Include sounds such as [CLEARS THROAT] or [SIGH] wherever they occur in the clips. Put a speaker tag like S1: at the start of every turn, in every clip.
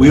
S1: We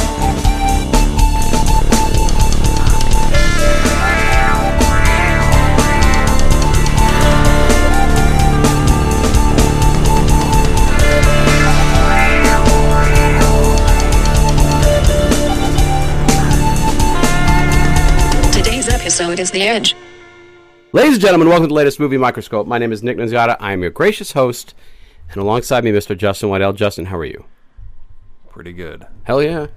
S2: Today's episode is The Edge.
S3: Ladies and gentlemen, welcome to the latest movie microscope. My name is Nick Nunziata. I am your gracious host, and alongside me, Mr. Justin Waddell. Justin, how are you?
S4: pretty good.
S3: Hell yeah,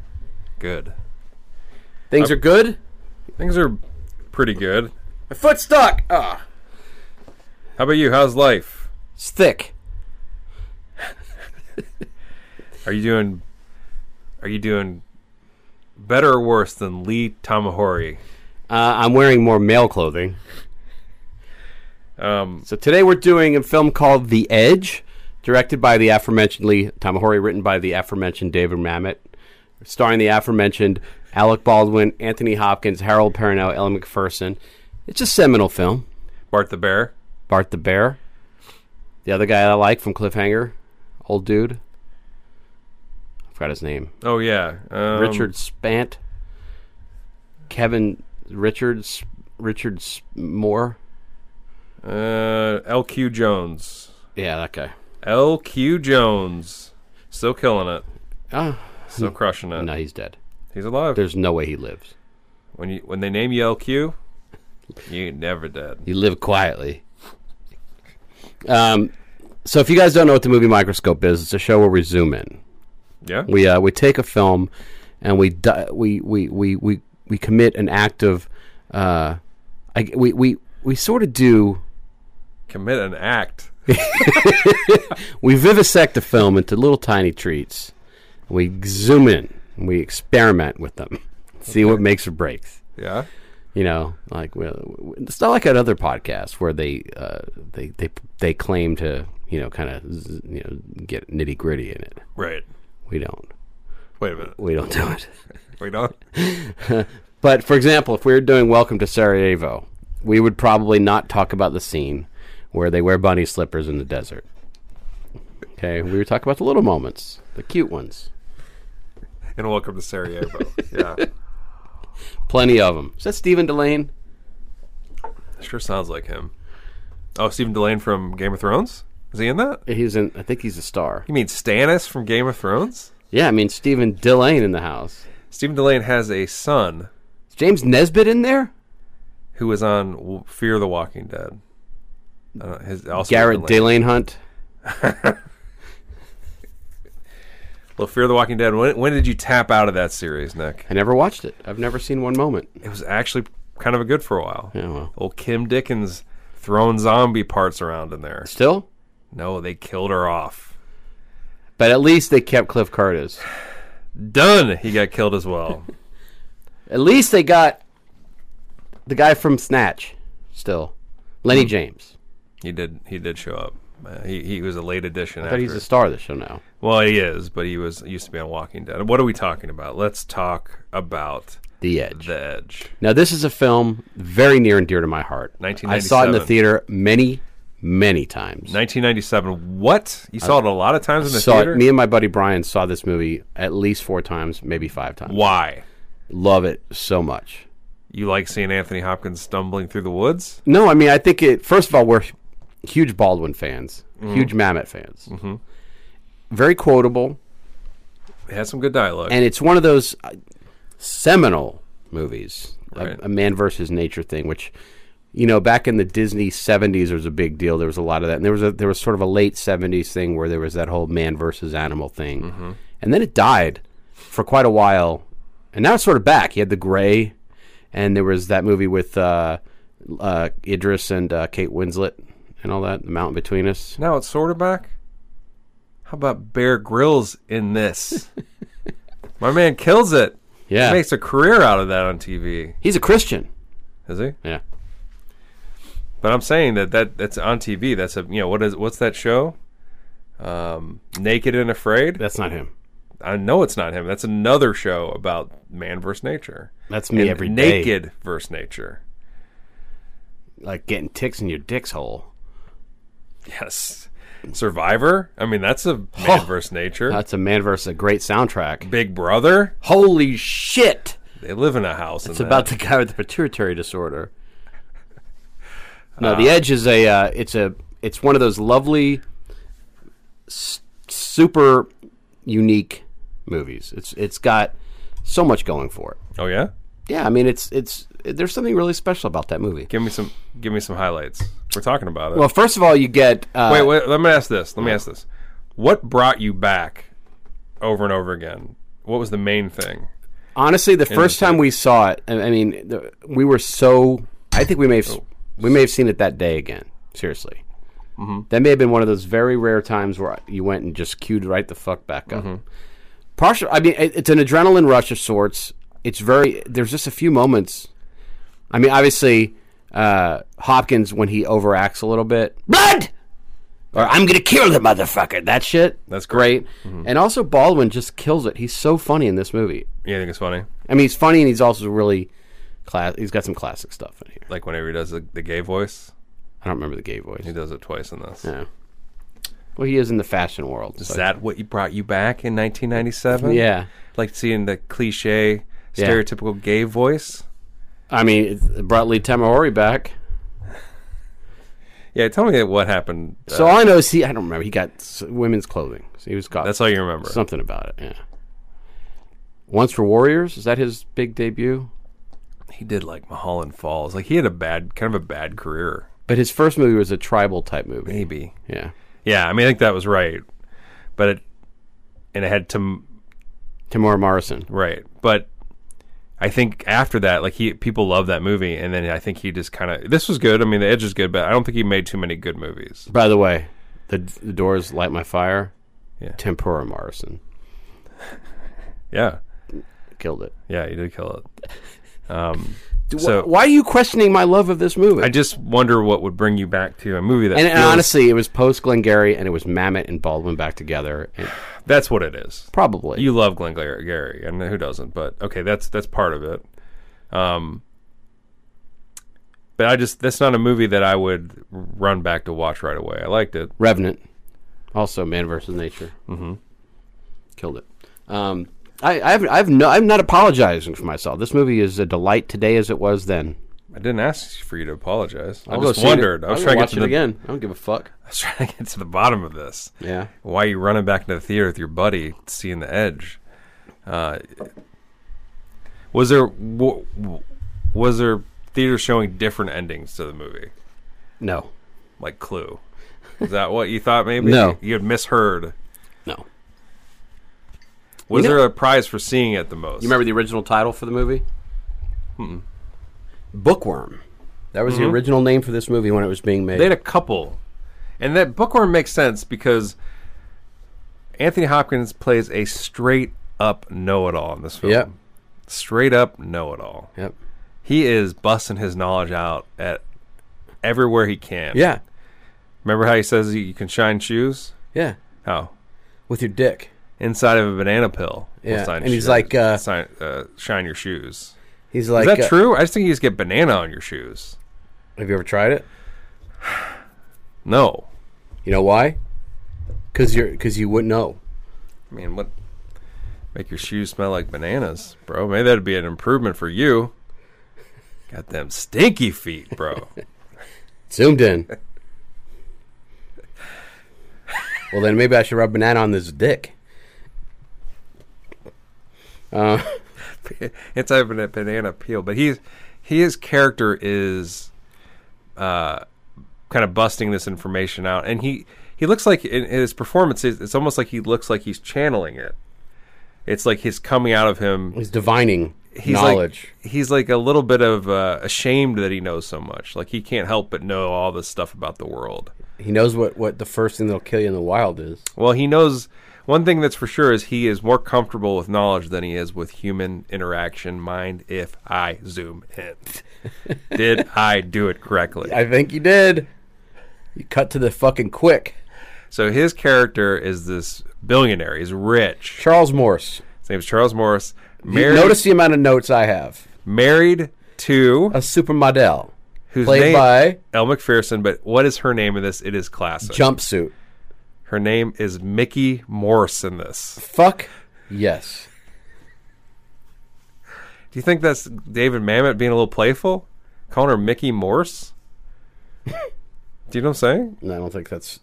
S4: Good.
S3: things are good.
S4: Things are pretty good.
S3: My foot's stuck. Ah,
S4: How about you? How's life?
S3: it's thick.
S4: Are you doing are you doing better or worse than Lee Tamahori?
S3: Uh, I'm wearing more male clothing.
S4: Um
S3: So today we're doing a film called The Edge, directed by the aforementioned Lee Tamahori, written by the aforementioned David Mamet, starring the aforementioned Alec Baldwin, Anthony Hopkins, Harold Perrineau, Ellen McPherson. It's a seminal film.
S4: Bart the Bear.
S3: Bart the Bear. The other guy I like from Cliffhanger, old dude. I forgot his name.
S4: Oh yeah. Um,
S3: Richard Spant. Kevin Richards. Richard S- Moore.
S4: Uh LQ Jones.
S3: Yeah, that guy.
S4: LQ Jones. Still killing it.
S3: Ah,
S4: Still crushing it.
S3: no, he's dead.
S4: He's alive.
S3: There's no way he lives.
S4: When you when they name you LQ, you ain't never dead.
S3: He lived quietly. Um, so if you guys don't know what the movie Microscope is, it's a show where we zoom in.
S4: Yeah?
S3: We uh, we take a film, and we di- we, we we we we commit an act of, uh, I, we we we sort of do
S4: Commit an act.
S3: we vivisect a film into little tiny treats. We zoom in. And we experiment with them, [LAUGHS] see what makes or breaks.
S4: Yeah?
S3: You know, like well, w- it's not like at other podcasts where they uh, they they they claim to you know kind of you know get nitty gritty in it.
S4: Right.
S3: We don't.
S4: Wait a minute.
S3: We don't do it.
S4: Wait on.
S3: But for example, if we were doing Welcome to Sarajevo, we would probably not talk about the scene where they wear bunny slippers in the desert. Okay, we would talk about the little moments, the cute ones,
S4: And welcome to Sarajevo.
S3: [LAUGHS]
S4: Yeah.
S3: plenty of them. Is that Stephen Delane?
S4: Sure sounds like him. Oh, Stephen Delane from Game of Thrones? Is he in that?
S3: He's in. I think he's a star.
S4: You mean Stannis from Game of Thrones?
S3: Yeah, I mean Stephen Delane in the house.
S4: Stephen Delane has a son
S3: Is James Nesbitt in there?
S4: who is on W- Fear the Walking Dead. I don't- his, also
S3: Garrett Delane
S4: Delane.
S3: Hunt.
S4: Well, Fear the Walking Dead. When, when did you tap out of that series, Nick?
S3: I never watched it. I've never seen one moment.
S4: It was actually kind of a good for a while.
S3: Yeah, well.
S4: Old Kim Dickens throwing zombie parts around in there.
S3: Still,
S4: No, they killed her off.
S3: but at least they kept Cliff Curtis.
S4: Done. He got killed as well.
S3: At least they got the guy from Snatch. Still,
S4: Hmm.
S3: Lenny James.
S4: he did. He did show up. Uh, he, he was a late addition.
S3: I
S4: after.
S3: thought he's a star of the show now.
S4: Well, he is, but he was used to be on Walking Dead. What are we talking about? Let's talk about
S3: The Edge.
S4: The Edge.
S3: Now, this is a film very near and dear to my heart. I saw it in the
S4: 1997.
S3: theater many, many times.
S4: 1997. What? You saw it a lot of times in the
S3: saw
S4: theater.
S3: it. Me and my buddy Brian saw this movie at least four times, maybe five times.
S4: Why?
S3: Love it so much.
S4: You like seeing Anthony Hopkins stumbling through the woods?
S3: No, I mean, I think it. First of all, we're huge Baldwin fans, huge Mamet fans. Mm-hmm. Very quotable,
S4: It had some good dialogue.
S3: and it's one of those uh, seminal movies
S4: Right.
S3: a, a man versus nature thing, which you know back in the Disney '70s was a big deal. There was a lot of that, and there was a there was sort of a late '70s thing where there was that whole man versus animal thing,
S4: Mm-hmm.
S3: and then it died for quite a while, and now it's sort of back. You had the Gray, and there was that movie with uh, uh, Idris and uh, Kate Winslet and all that, The Mountain Between Us.
S4: Now it's sort of back. How about Bear Grylls
S3: [LAUGHS]
S4: in this? My man kills it.
S3: Yeah,
S4: Makes a career out of that on TV.
S3: he's a Christian.
S4: Is he?
S3: Yeah,
S4: But I'm saying that, that that's on TV. That's a you know what is what's that show? Um, Naked and Afraid.
S3: that's not him.
S4: I know it's not him. That's another show about man versus nature.
S3: That's me
S4: And
S3: every day.
S4: naked versus nature.
S3: like getting ticks in your dick's hole.
S4: Yes. Survivor. I mean, that's a man versus nature.
S3: That's a man versus a great soundtrack.
S4: Big Brother.
S3: Holy shit!
S4: They live in a house.
S3: It's about the guy with the pituitary disorder. No, The Edge is a uh, it's a it's one of those lovely, s- super unique movies. It's it's got so much going for it.
S4: Oh yeah.
S3: Yeah, I mean it's it's there's something really special about that movie.
S4: Give me some. Give me some highlights. We're talking about it.
S3: Well, first of all, you get uh,
S4: wait, wait. Let me ask this. Let me ask this. What brought you back over and over again? What was the main thing?
S3: Honestly, the first time we saw it, I I mean, the, we were so. I think we may have s we may have seen it that day again. Seriously, that may have been one of those very rare times where you went and just queued right the fuck back up. Partial. I mean, it, it's an adrenaline rush of sorts. It's very. There's just a few moments. I mean, obviously, uh, Hopkins when he overacts a little bit, blood, or I'm gonna kill the motherfucker. That shit.
S4: That's
S3: great. And also Baldwin just kills it. He's so funny in this movie.
S4: You think it's funny?
S3: I mean, he's funny and he's also really class. He's got some classic stuff in here.
S4: Like whenever he does the, the gay voice,
S3: I don't remember the gay voice.
S4: he does it twice in this.
S3: No. Well, he is in the fashion world.
S4: Is
S3: so-
S4: that what you brought you back in 1997?
S3: yeah.
S4: Like seeing the cliche,
S3: Yeah.
S4: stereotypical gay voice.
S3: I mean, it brought Lee Tamahori back.
S4: Yeah. Tell me what happened. uh,
S3: So all I know is he. I don't remember. He got s- women's clothing. So he was caught.
S4: that's all you remember.
S3: something about it. Yeah. Once for Warriors is that his big debut?
S4: he did like Mulholland Falls. Like he had a bad, kind of a bad career.
S3: But his first movie was a tribal type movie.
S4: Maybe.
S3: Yeah.
S4: Yeah. I mean, I think that was right. But it, and it had to
S3: Tamora Morrison.
S4: Right. But I think after that, like he people love that movie and then I think he just kind of this was good. I mean, The Edge is good, but I don't think he made too many good movies.
S3: By the way, the, the doors light my fire.
S4: Yeah.
S3: Tempura Morrison
S4: Yeah.
S3: killed it.
S4: Yeah, he did kill it.
S3: [LAUGHS]
S4: Um,
S3: Wh-
S4: So-
S3: why are you questioning my love of this movie?
S4: I just wonder what would bring you back to a movie that
S3: and, and
S4: feels-
S3: honestly, it was post Glengarry, and it was Mamet and Baldwin back together. And
S4: that's what it is.
S3: probably
S4: You love Glenn Gary, and who doesn't? But okay, that's that's part of it. Um, but I just that's not a movie that I would run back to watch right away. I liked it.
S3: Revenant, also Man versus Nature, mm-hmm. killed it. Um, I, I have, I have no, I'm not apologizing for myself. This movie is a delight today as it was then.
S4: I didn't ask for you to apologize. I
S3: I'll go
S4: just
S3: see it.
S4: wondered. I
S3: I'll
S4: was
S3: go
S4: trying to get
S3: watch
S4: to
S3: it
S4: the
S3: again. I don't give a fuck.
S4: [LAUGHS] I was trying to get to the bottom of this.
S3: Yeah,
S4: Why are you running back into the theater with your buddy seeing the edge? Uh, was there w- w- was there theater showing different endings to the movie,
S3: no,
S4: like Clue? Is that what you thought? Maybe
S3: No.
S4: you had misheard.
S3: no.
S4: Was
S3: You know-
S4: there a prize for seeing it the most?
S3: You remember the original title for the movie?
S4: Hmm.
S3: Bookworm. That was the original name for this movie when it was being made.
S4: Mm-hmm. they had a couple, and that bookworm makes sense because Anthony Hopkins plays a straight up know it all in this film.
S3: Yep.
S4: straight up know it all.
S3: Yep.
S4: he is busting his knowledge out at everywhere he can.
S3: Yeah.
S4: Remember how he says you can shine shoes?
S3: Yeah.
S4: How?
S3: With your dick.
S4: Inside of a banana pill. will
S3: Yeah,
S4: sign
S3: and he's
S4: shoes-
S3: like, uh,
S4: sign, uh, shine your shoes.
S3: He's like,
S4: Is that
S3: uh,
S4: true? I just think you just get banana on your shoes.
S3: Have you ever tried it?
S4: No.
S3: You know why? Because you're because you wouldn't know.
S4: I mean, what? Make your shoes smell like bananas, bro. Maybe that'd be an improvement for you. Got them stinky feet, bro.
S3: Zoomed
S4: [LAUGHS]
S3: in. well, then maybe I should rub banana on this dick.
S4: inside of a banana peel. But he's he his character is uh, kind of busting this information out, and he he looks like in, in his performance is it's almost like he looks like he's channeling it. It's like he's coming out of him.
S3: He's divining
S4: He's
S3: knowledge.
S4: like he's like a little bit of uh, ashamed that he knows so much. Like he can't help but know all this stuff about the world.
S3: he knows what, what the first thing that'll kill you in the wild is.
S4: Well, he knows one thing that's for sure is he is more comfortable with knowledge than he is with human interaction. Mind if I zoom in? [LAUGHS] Did I do it correctly?
S3: I think you did. You cut to the fucking quick.
S4: So his character is this billionaire. He's rich.
S3: Charles Morse.
S4: His name's Charles Morris.
S3: You
S4: Married,
S3: notice the amount of notes I have.
S4: married to
S3: A supermodel
S4: who's
S3: played by
S4: Elle McPherson. But what is her name in this? It is classic.
S3: jumpsuit.
S4: Her name is Mickey Morse in this.
S3: Fuck yes.
S4: Do you think that's David Mamet being a little playful? Calling her Mickey Morse?
S3: [LAUGHS]
S4: Do you know what I'm saying?
S3: No, I don't think that's.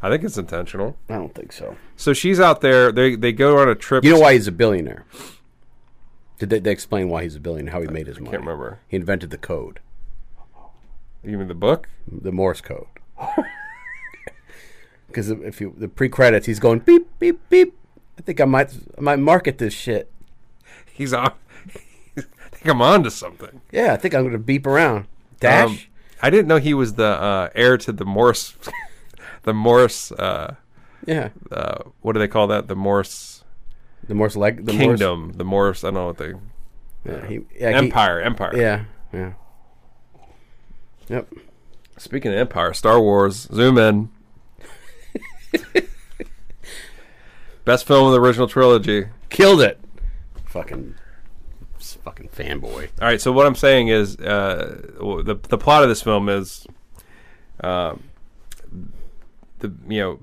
S4: I think it's intentional.
S3: I don't think so.
S4: So she's out there. They they go on a trip.
S3: You know why he's a billionaire? Did they, they explain why he's a billionaire? How he made his money?
S4: I can't remember.
S3: He invented the code,
S4: You mean the book?
S3: the Morse code. [LAUGHS] Because if you the pre credits, he's going beep beep beep. I think I might I might market this shit.
S4: He's on. [LAUGHS] I think I'm on to something.
S3: Yeah, I think I'm gonna beep around. Dash.
S4: Um, I didn't know he was the uh, heir to the Morse. [LAUGHS] the Morse. Uh,
S3: yeah,
S4: uh, what do they call that? The Morse
S3: the Morse leg. The
S4: kingdom. The Morse. I don't know what they.
S3: Morse, yeah, he, yeah, he-
S4: Empire. Empire.
S3: yeah, yeah. Yep.
S4: Speaking of Empire, Star Wars, zoom in. Best film of the original trilogy.
S3: Killed it. Fucking, fucking fanboy.
S4: All right, so what I'm saying is uh, w- the the plot of this film is uh, the you know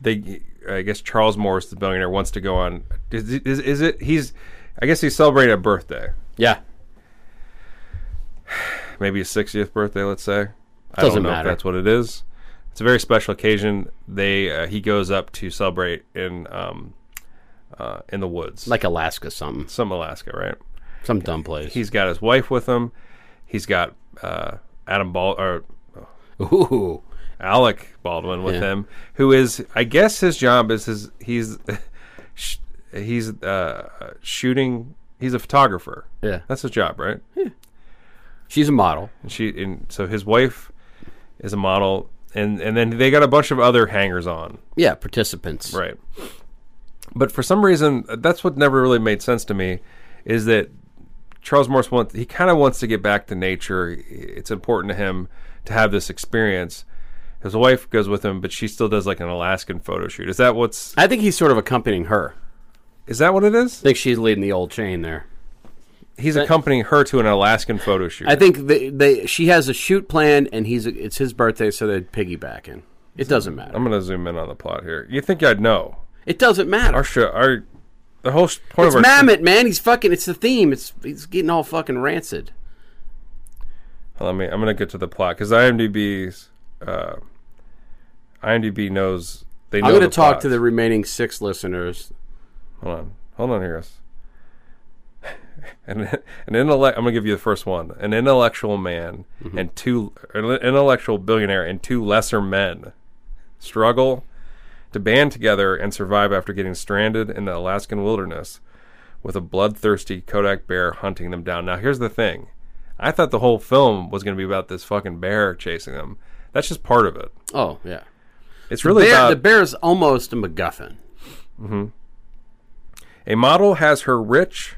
S4: they I guess Charles Morris the billionaire wants to go on is, is, is it he's I guess he's celebrating a birthday
S3: Yeah,
S4: maybe his 60th birthday, let's say. I
S3: Doesn't
S4: don't know if
S3: matter.
S4: that's what it is. It's a very special occasion. They uh, he goes up to celebrate in um, uh, in the woods,
S3: like Alaska, something,
S4: some Alaska, right?
S3: some dumb place.
S4: He's got his wife with him. He's got uh, Adam Ball or
S3: Ooh,
S4: Alec Baldwin with
S3: Yeah.
S4: him, who is I guess his job is his he's [LAUGHS] sh- he's uh, shooting. He's a photographer.
S3: Yeah.
S4: that's his job, right?
S3: she's a model.
S4: And she and so his wife is a model and and then they got a bunch of other hangers on
S3: Yeah, participants.
S4: right but for some reason that's what never really made sense to me is that charles morse wants he kind of wants to get back to nature it's important to him to have this experience his wife goes with him but she still does like an alaskan photo shoot is that what's
S3: I think he's sort of accompanying her.
S4: is that what it is
S3: I think she's leading the old chain there.
S4: he's accompanying her to an alaskan photo shoot
S3: I think they, they she has a shoot plan, and he's it's his birthday, so they're piggybacking. It doesn't matter.
S4: i'm gonna zoom in on the plot here you think i'd know
S3: It doesn't
S4: our
S3: matter.
S4: show our the whole sh- point
S3: It's
S4: of our
S3: Mammoth, man. He's fucking. It's the theme. It's he's getting all fucking rancid.
S4: Let me. I'm gonna get to the plot because IMDb's uh, IMDb knows they know.
S3: I'm going to
S4: the
S3: talk
S4: plot.
S3: to the remaining six listeners.
S4: Hold on, hold on, here. guys. An, an intellect. I'm gonna give you the first one. An intellectual man
S3: Mm-hmm.
S4: and two an intellectual billionaire and two lesser men struggle to band together and survive after getting stranded in the Alaskan wilderness with a bloodthirsty Kodak bear hunting them down. Now, here's the thing. I thought the whole film was going to be about this fucking bear chasing them. That's just part of it.
S3: Oh yeah,
S4: It's really
S3: Bear-
S4: about
S3: the bear is almost a MacGuffin.
S4: A model has her rich,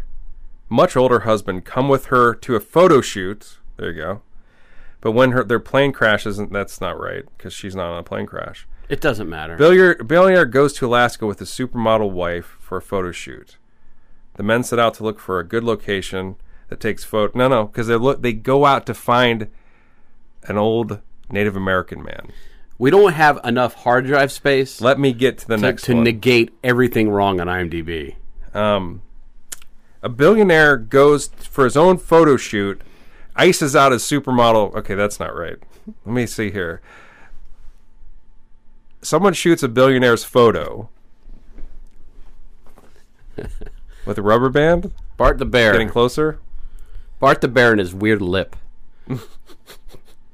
S4: much older husband come with her to a photo shoot. There you go. But when her their plane crashes, and that's not right because she's not on a plane crash.
S3: It doesn't matter.
S4: Billionaire, billionaire goes to Alaska with his supermodel wife for a photo shoot. The men set out to look for a good location that takes photo. No, no, because they look. They go out to find an old Native American man.
S3: we don't have enough hard drive space
S4: Let me get to the
S3: to,
S4: next
S3: to
S4: one.
S3: negate everything wrong on IMDb.
S4: Um, a billionaire goes for his own photo shoot, ices out his supermodel. Okay, that's not right. Let me see here. Someone shoots a [LAUGHS] billionaire's photo with a rubber band.
S3: Bart the Bear.
S4: Getting closer.
S3: Bart the Bear and his weird
S4: [LAUGHS]
S3: lip.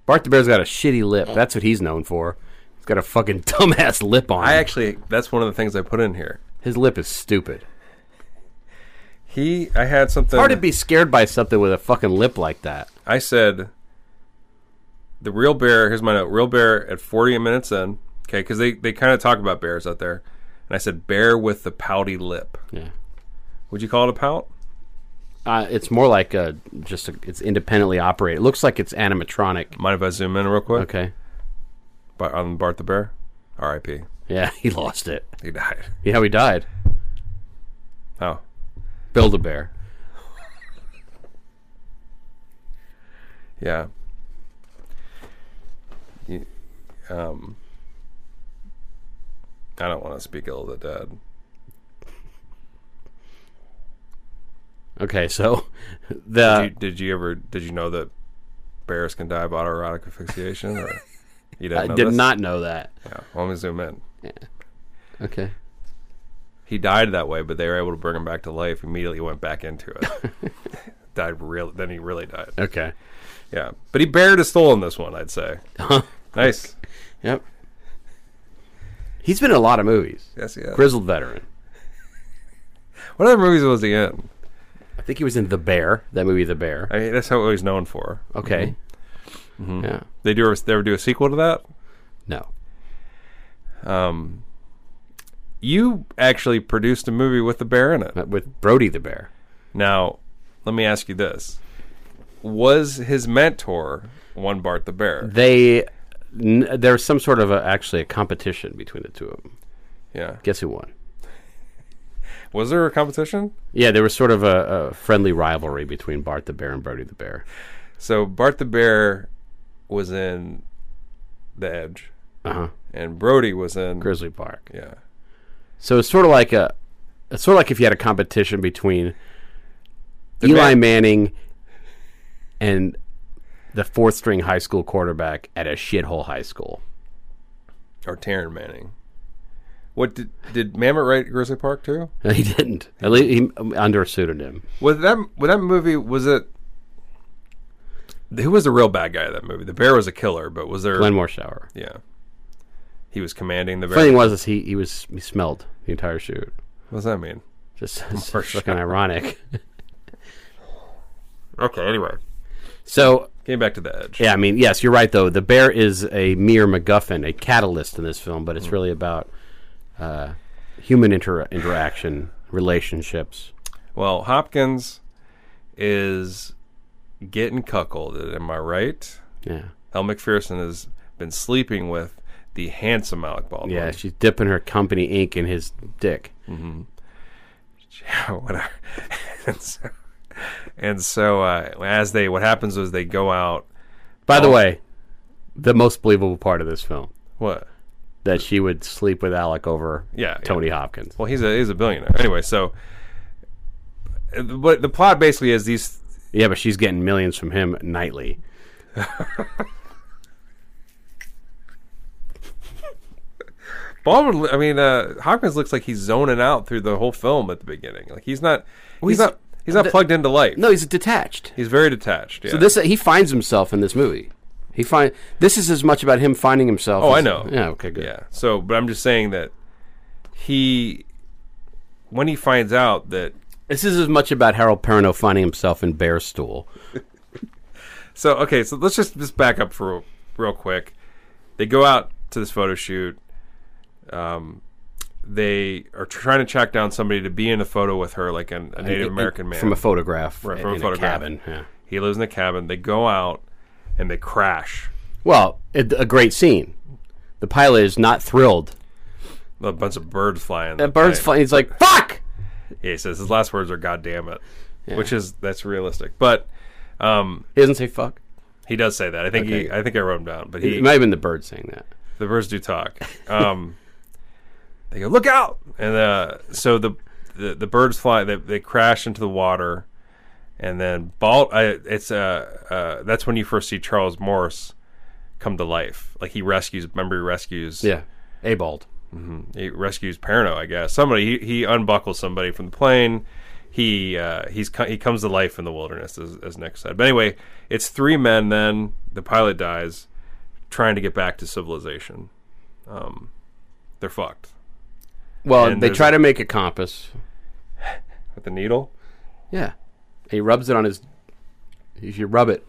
S3: Bart the Bear's got a shitty lip. That's what he's known for. He's got a fucking [LAUGHS] dumbass lip on.
S4: I
S3: him.
S4: actually, that's one of the things I put in here.
S3: His lip is stupid.
S4: He, I had something.
S3: Hard to be scared by something with a fucking lip like that.
S4: I said, the real bear. Here's my note. Real bear at 40 minutes in. Okay, because they they kind of talk about bears out there, and I said bear with the pouty lip.
S3: Yeah.
S4: Would you call it a pout?
S3: Uh, it's more like a, just a, it's independently operated. It looks like it's animatronic.
S4: Mind if I zoom in real quick?
S3: Okay.
S4: But on Bart the bear, R.I.P.
S3: Yeah, [LAUGHS] he lost it.
S4: He died. [LAUGHS]
S3: Yeah, he died.
S4: Oh,
S3: Build a bear.
S4: yeah. You- um, I don't want to speak ill of the dead.
S3: Okay, so [LAUGHS] the
S4: did, you, did you ever? Did you know that bears can die of autoerotic asphyxiation? Or
S3: [LAUGHS]
S4: you didn't
S3: I
S4: know
S3: did
S4: this?
S3: not know that.
S4: Yeah. Well, let me zoom in.
S3: Okay.
S4: He died that way, but they were able to bring him back to life. Immediately went back into it.
S3: [LAUGHS]
S4: died real. Then he really died.
S3: Okay.
S4: Yeah. But he bared his soul in this one, I'd say.
S3: [LAUGHS]
S4: nice.
S3: Yep. He's been in a lot of movies.
S4: Yes, yeah.
S3: Grizzled veteran.
S4: What other movies was he in?
S3: I think he was in The Bear. That movie, The Bear.
S4: I Mm-hmm. mean, that's how he's known for.
S3: Okay. Yeah.
S4: They do. They ever do a sequel to that?
S3: No.
S4: You actually produced a movie with the bear in it.
S3: But with Brody the Bear.
S4: Now, let me ask you this: Was his mentor one Bart the Bear?
S3: They n- there's some sort of a, actually a competition between the two of them.
S4: Yeah.
S3: Guess who won?
S4: Was there a competition?
S3: Yeah, there was sort of a, a friendly rivalry between Bart the Bear and Brody the Bear.
S4: So Bart the Bear was in The Edge,
S3: Uh huh.
S4: and Brody was in
S3: Grizzly Park.
S4: yeah.
S3: So it's sort of like a, it's sort of like if you had a competition between Eli
S4: man-
S3: Manning and the fourth string high school quarterback at a shithole high school.
S4: or Taryn Manning. What did did Mamet write Grizzly Park too?
S3: No, he didn't. At least he, um, under a pseudonym.
S4: Was that was that movie? Was it who was the real bad guy of that movie? The bear was a killer, but was there?
S3: Glenn Morshower.
S4: yeah, he was commanding the
S3: Funny
S4: bear.
S3: thing was, is he he was he smelled the entire shoot.
S4: What does that mean?
S3: Just it's
S4: Morshower.
S3: fucking ironic.
S4: Okay, anyway,
S3: So
S4: came back to the edge.
S3: Yeah, I mean, yes, you're right, though. The bear is a mere MacGuffin, a catalyst in this film, but it's really about uh, human inter- interaction, relationships.
S4: Well, Hopkins is getting cuckolded. Am I right?
S3: Yeah.
S4: Elle McPherson has been sleeping with the handsome Alec Baldwin.
S3: Yeah, she's dipping her company ink in his dick.
S4: [LAUGHS] Yeah, whatever. [LAUGHS] and so, and so uh, as they, what happens is they go out.
S3: By
S4: Oh.
S3: the way, the most believable part of this film
S4: What?
S3: that she would sleep with Alec over
S4: Yeah, yeah.
S3: Tony Hopkins.
S4: Well, he's a he's a billionaire anyway. So, uh, but the plot basically is these.
S3: Yeah, but she's getting millions from him nightly.
S4: Baldwin, I mean, uh, Hopkins looks like he's zoning out through the whole film at the beginning. Like he's not, he's,
S3: he's-
S4: not, he's not
S3: the-
S4: plugged into life.
S3: No, he's detached.
S4: He's very detached. Yeah.
S3: So this he finds himself in this movie. He find this is as much about him finding himself.
S4: Oh, I
S3: as-
S4: know.
S3: Yeah. Okay. Good.
S4: Yeah. So, but I'm just saying that he, when he finds out that,
S3: This is as much about Harold Perrineau finding himself in bear stool.
S4: so okay, so let's just just back up for real quick. They go out to this photo shoot. Um, they are trying to track down somebody to be in a photo with her, like an, a Native
S3: In-
S4: American man.
S3: from a photograph
S4: Right,
S3: in,
S4: from a
S3: in
S4: photograph.
S3: cabin. Yeah.
S4: he lives in a cabin. They go out and they crash.
S3: Well, it, a great scene. The pilot is not thrilled.
S4: A bunch of birds flying.
S3: The bird's
S4: flying.
S3: flying. He's like, "Fuck!"
S4: Yeah, he says his last words are "God damn it," which is that's realistic, but. Um,
S3: He doesn't say "fuck."
S4: he does say that. I think he. I think I wrote him down. But he,
S3: It might have been the bird saying that.
S4: the birds do talk. Um, they go, look out! And uh, so the, the the birds fly. They, they crash into the water, and then Bald. Uh, it's uh, uh, that's when you first see Charles Morse come to life. Like he rescues. Remember, he rescues.
S3: Yeah. Abald.
S4: he rescues Perno. I guess somebody. He, he unbuckles somebody from the plane. he uh, he's co- he comes to life in the wilderness, as, as Nick said. But anyway, it's three men. Then the pilot dies, trying to get back to civilization. Um, they're fucked
S3: Well,
S4: And
S3: they
S4: there's
S3: try
S4: a-
S3: to make a compass.
S4: with the needle.
S3: Yeah, he rubs it on his. If you rub it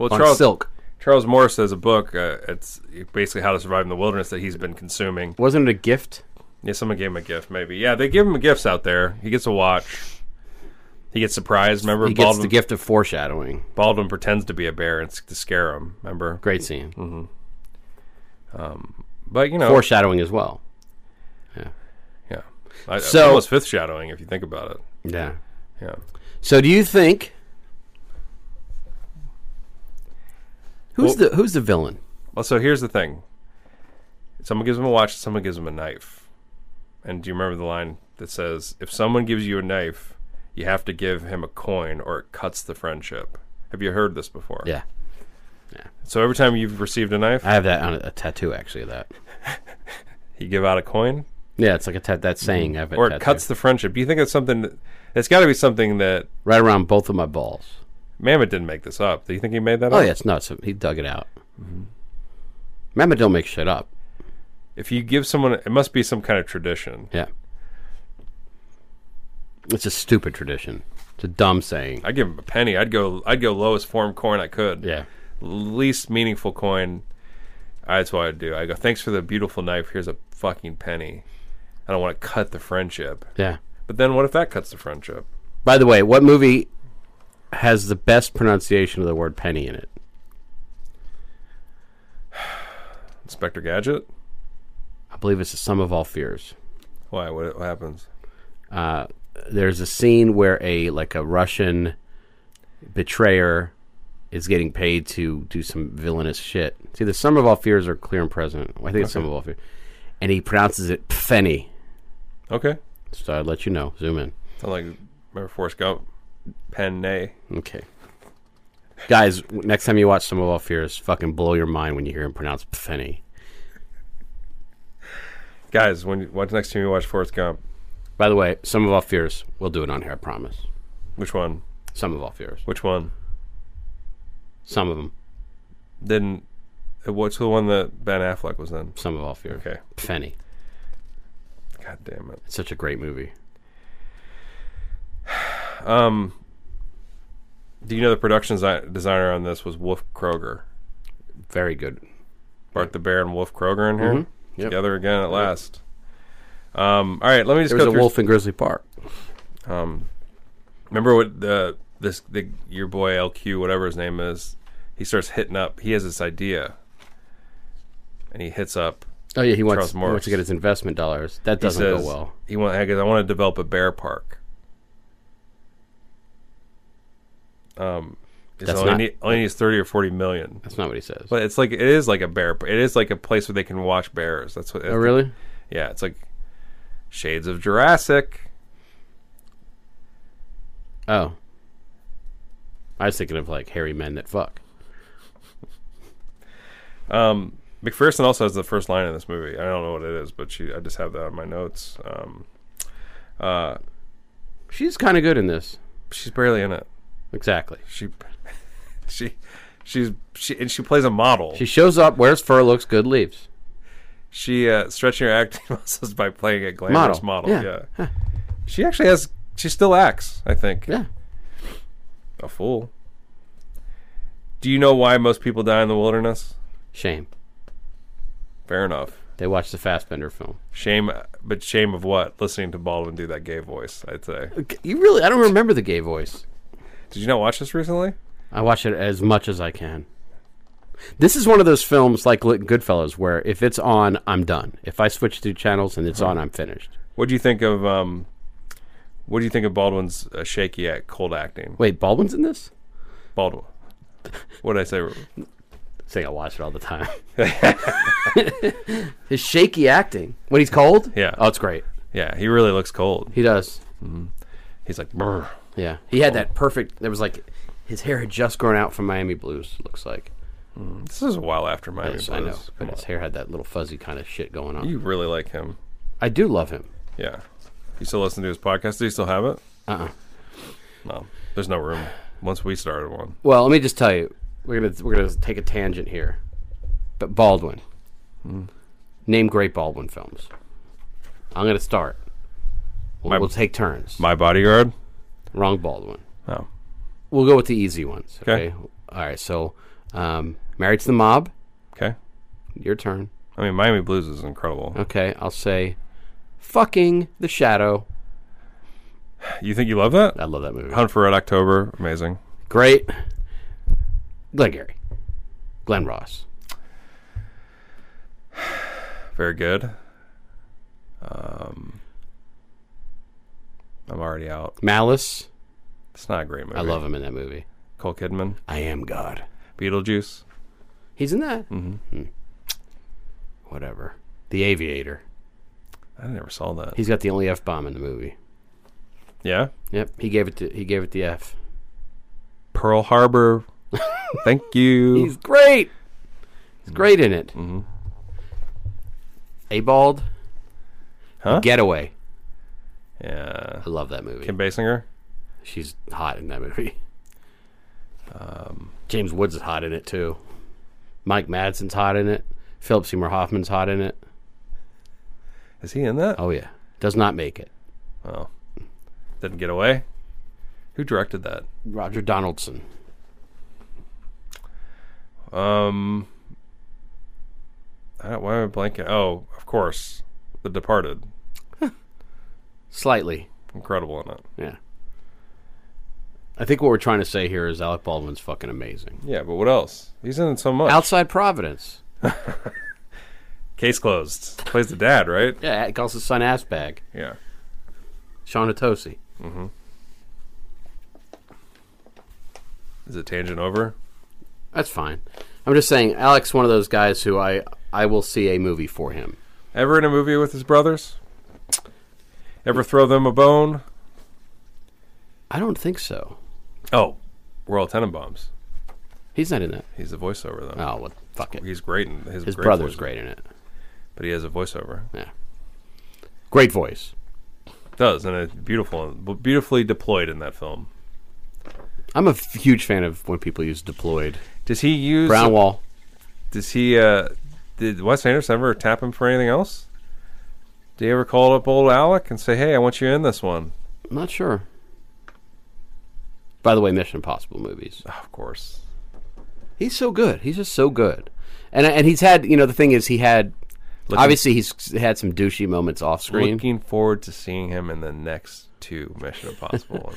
S4: Well,
S3: on
S4: Charles
S3: silk,
S4: Charles Morris has a book. Uh, it's basically how to survive in the wilderness that he's been consuming.
S3: wasn't it a gift?
S4: Yeah, someone gave him a gift, maybe. Yeah, they give him gifts out there. He gets a watch. He gets surprised. Remember,
S3: He gets
S4: Baldwin,
S3: the gift of foreshadowing.
S4: Baldwin pretends to be a bear and s- to scare him. Remember,
S3: Great scene.
S4: Mm-hmm. but
S3: Oh.
S4: you know,
S3: Foreshadowing as well.
S4: yeah. I,
S3: So-
S4: almost fifth shadowing, if you think about it.
S3: Yeah.
S4: Yeah.
S3: So do you think who's
S4: Well-
S3: the who's the villain?
S4: Well, so here's the thing. Someone gives him a watch. Someone gives him a knife. And do you remember the line that says, "If someone gives you a knife, you have to give him a coin, or it cuts the friendship." Have you heard this before?
S3: Yeah,
S4: So every time you've received a knife,
S3: I have that on a, a tattoo actually. of That
S4: you give out a coin.
S3: yeah, it's like a ta- that saying. I have a
S4: or it
S3: tattoo.
S4: cuts the friendship. Do you think it's something? That, it's got to be something that
S3: right around both of my balls.
S4: Mammoth didn't make this up. Do you think he made that
S3: Oh
S4: up?
S3: yeah, it's nuts. He dug it out.
S4: Mm-hmm.
S3: Mammoth don't make shit up.
S4: If you give someone, it must be some kind of tradition.
S3: Yeah, it's a stupid tradition. It's a dumb saying.
S4: I'd give him a penny. I'd go. I'd go lowest form coin I could.
S3: Yeah,
S4: Least meaningful coin. I- That's what I'd do. I go. Thanks for the beautiful knife. Here's a fucking penny. I don't want to cut the friendship.
S3: yeah.
S4: But then what if that cuts the friendship?
S3: By the way, what movie has the best pronunciation of the word penny in it?
S4: Inspector Gadget.
S3: I believe it's the sum of all fears.
S4: Why? What, what happens?
S3: uh, there's a scene where a like a Russian betrayer is getting paid to do some villainous shit. See, the sum of all fears are clear and present. I think it's sum of all fears, and he pronounces it pfenny.
S4: Okay.
S3: So I'd let you know. Zoom in.
S4: Sound like remember Forrest Gump. Penne.
S3: Okay, guys. w- Next time you watch Sum of All Fears, fucking blow your mind when you hear him pronounce pfenny.
S4: Guys, when when's next time you watch Forrest Gump?
S3: By the way, Sum of All Fears. We'll do it on here. I promise.
S4: Which one?
S3: Sum of All Fears.
S4: Which one?
S3: Some of them.
S4: Then uh, what's the one that Ben Affleck was in?
S3: Sum of All Fears.
S4: Okay.
S3: Pfenny.
S4: God damn it.
S3: It's such a great movie.
S4: Do you know the production desi- designer on this was Wolf Kroger?
S3: Very good.
S4: Bart the Bear and Wolf Kroger in here
S3: Mm-hmm. Yep.
S4: together again at last. Um, all right, let me just
S3: There was
S4: go
S3: a
S4: through.
S3: wolf in Grizzly Park.
S4: Remember what the this the your boy LQ whatever his name is, he starts hitting up. He has this idea, and he hits up.
S3: Oh yeah, he wants,
S4: Charles
S3: he
S4: Morris.
S3: wants to get his investment dollars. That
S4: He
S3: doesn't
S4: says
S3: go well.
S4: he want. I want to develop a bear park. Um,
S3: That's
S4: so only,
S3: not-
S4: need, only needs thirty or forty million.
S3: That's not what he says.
S4: But it's like it is like a bear. It is like a place where they can watch bears. That's what.
S3: oh really?
S4: Yeah, it's like Shades of Jurassic.
S3: Oh, I was thinking of like hairy men that fuck.
S4: McPherson also has the first line in this movie. I don't know what it is, but she. I just have that on my notes. Um,
S3: She's kind of good in this.
S4: she's barely in it.
S3: Exactly.
S4: She, [LAUGHS] she, she's she, and she plays a model.
S3: She shows up, wears fur, looks good, leaves.
S4: She uh, stretching her acting [LAUGHS] muscles by playing a glamorous model.
S3: Model, yeah.
S4: Yeah. she actually has. She still acts. I think.
S3: Yeah.
S4: A fool. Do you know why most people die in the wilderness?
S3: Shame.
S4: Fair enough.
S3: They watched the Fassbender film.
S4: Shame, but shame of what? Listening to Baldwin do that gay voice. I'd say.
S3: You really? I don't remember the gay voice.
S4: Did you not watch this recently?
S3: I watch it as much as I can. This is one of those films like Lit- Goodfellas, where if it's on, I'm done. If I switch to channels and it's on, I'm finished.
S4: What do you think of um? What do you think of Baldwin's uh, shaky act, cold acting?
S3: Wait, Baldwin's in this?
S4: Baldwin. What did I say?
S3: saying I watch it all the
S4: [LAUGHS]
S3: time. His shaky acting when he's cold.
S4: Yeah.
S3: Oh, it's great.
S4: Yeah, he really looks cold.
S3: He does.
S4: He's like, Brr.
S3: Yeah. He had that perfect. There was like his hair had just grown out from Miami Blues. Looks like.
S4: this is a while after Miami
S3: Yes, I
S4: Blues.
S3: know.
S4: Come
S3: But his hair had that little fuzzy kind of shit going on.
S4: on. You really like him.
S3: I do love him.
S4: Yeah. You still listen to his podcast? Do you still have it?
S3: Uh. uh
S4: No, there's no room. Once we started one,
S3: Well, let me just tell you, we're gonna we're gonna take a tangent here, but Baldwin,
S4: Hmm.
S3: name great Baldwin films. I'm gonna start. We'll,
S4: My-
S3: we'll take turns.
S4: my bodyguard. Oh,
S3: Wrong Baldwin.
S4: No,
S3: We'll go with the easy ones. Okay.
S4: Okay.
S3: All right. So, um, Married to the Mob.
S4: okay.
S3: Your turn.
S4: I mean, Miami Blues is incredible.
S3: Okay. I'll say, fucking the Shadow. Uh,
S4: You think you love that?
S3: I love that movie.
S4: Hunt for Red October, amazing.
S3: Great. Glengarry. Glenn Ross.
S4: Very good. Um, I'm already out.
S3: Malice.
S4: It's not a great movie.
S3: I love him in that movie.
S4: Cole Kidman,
S3: I am God.
S4: Beetlejuice.
S3: He's in that. Mm-hmm. Whatever. The Aviator.
S4: I never saw that.
S3: He's got the only f bomb in the movie.
S4: yeah,
S3: Yep. He gave it. To, he gave it the f.
S4: Pearl Harbor.
S3: [LAUGHS]
S4: Thank you.
S3: He's great. He's great in it. Mm-hmm. Abald.
S4: Huh?
S3: Getaway.
S4: yeah,
S3: I love that movie.
S4: Kim Basinger.
S3: She's hot in that movie. [LAUGHS] James Woods is hot in it too. Mike Madsen's hot in it. Philip Seymour Hoffman's hot in it.
S4: Is he in that?
S3: Oh yeah, does not make it.
S4: Didn't get away. Who directed that?
S3: Roger Donaldson.
S4: Um, I don't, why am I blanking? Oh, of course, The Departed.
S3: Slightly.
S4: Incredible in it.
S3: Yeah. I think what we're trying to say here is Alec Baldwin's fucking amazing.
S4: Yeah, but what else? He's in so much.
S3: Outside Providence.
S4: Case closed. Plays the dad, right?
S3: Yeah, it calls his son Assbag.
S4: Yeah.
S3: Sean Atosi.
S4: Is it tangent over?
S3: That's fine. I'm just saying, Alec's one of those guys who I I will see a movie for him.
S4: Ever in a movie with his brothers? Ever throw them a bone?
S3: I don't think so.
S4: Oh, Royal Tenenbaums.
S3: He's not in that.
S4: He's a voiceover though.
S3: Oh, well, fuck it.
S4: He's great. In, his
S3: His
S4: great
S3: brother's
S4: voice-
S3: great in it.
S4: but he has a voiceover.
S3: Yeah. Great voice.
S4: Does and it's beautiful, beautifully deployed in that film.
S3: I'm a f- huge fan of when people use deployed.
S4: Does he use?
S3: Brown Wall.
S4: Does he? Uh, did Wes Anderson ever tap him for anything else? Did he ever call up old Alec and say, "Hey, I want you in this one"?
S3: I'm not sure. By the way, Mission Impossible movies.
S4: Ah, Of course.
S3: He's so good. He's just so good. And and he's had, you know, the thing is he had obviously he's had some douchey moments off screen.
S4: Looking forward to seeing him in the next two Mission Impossible [LAUGHS] ones.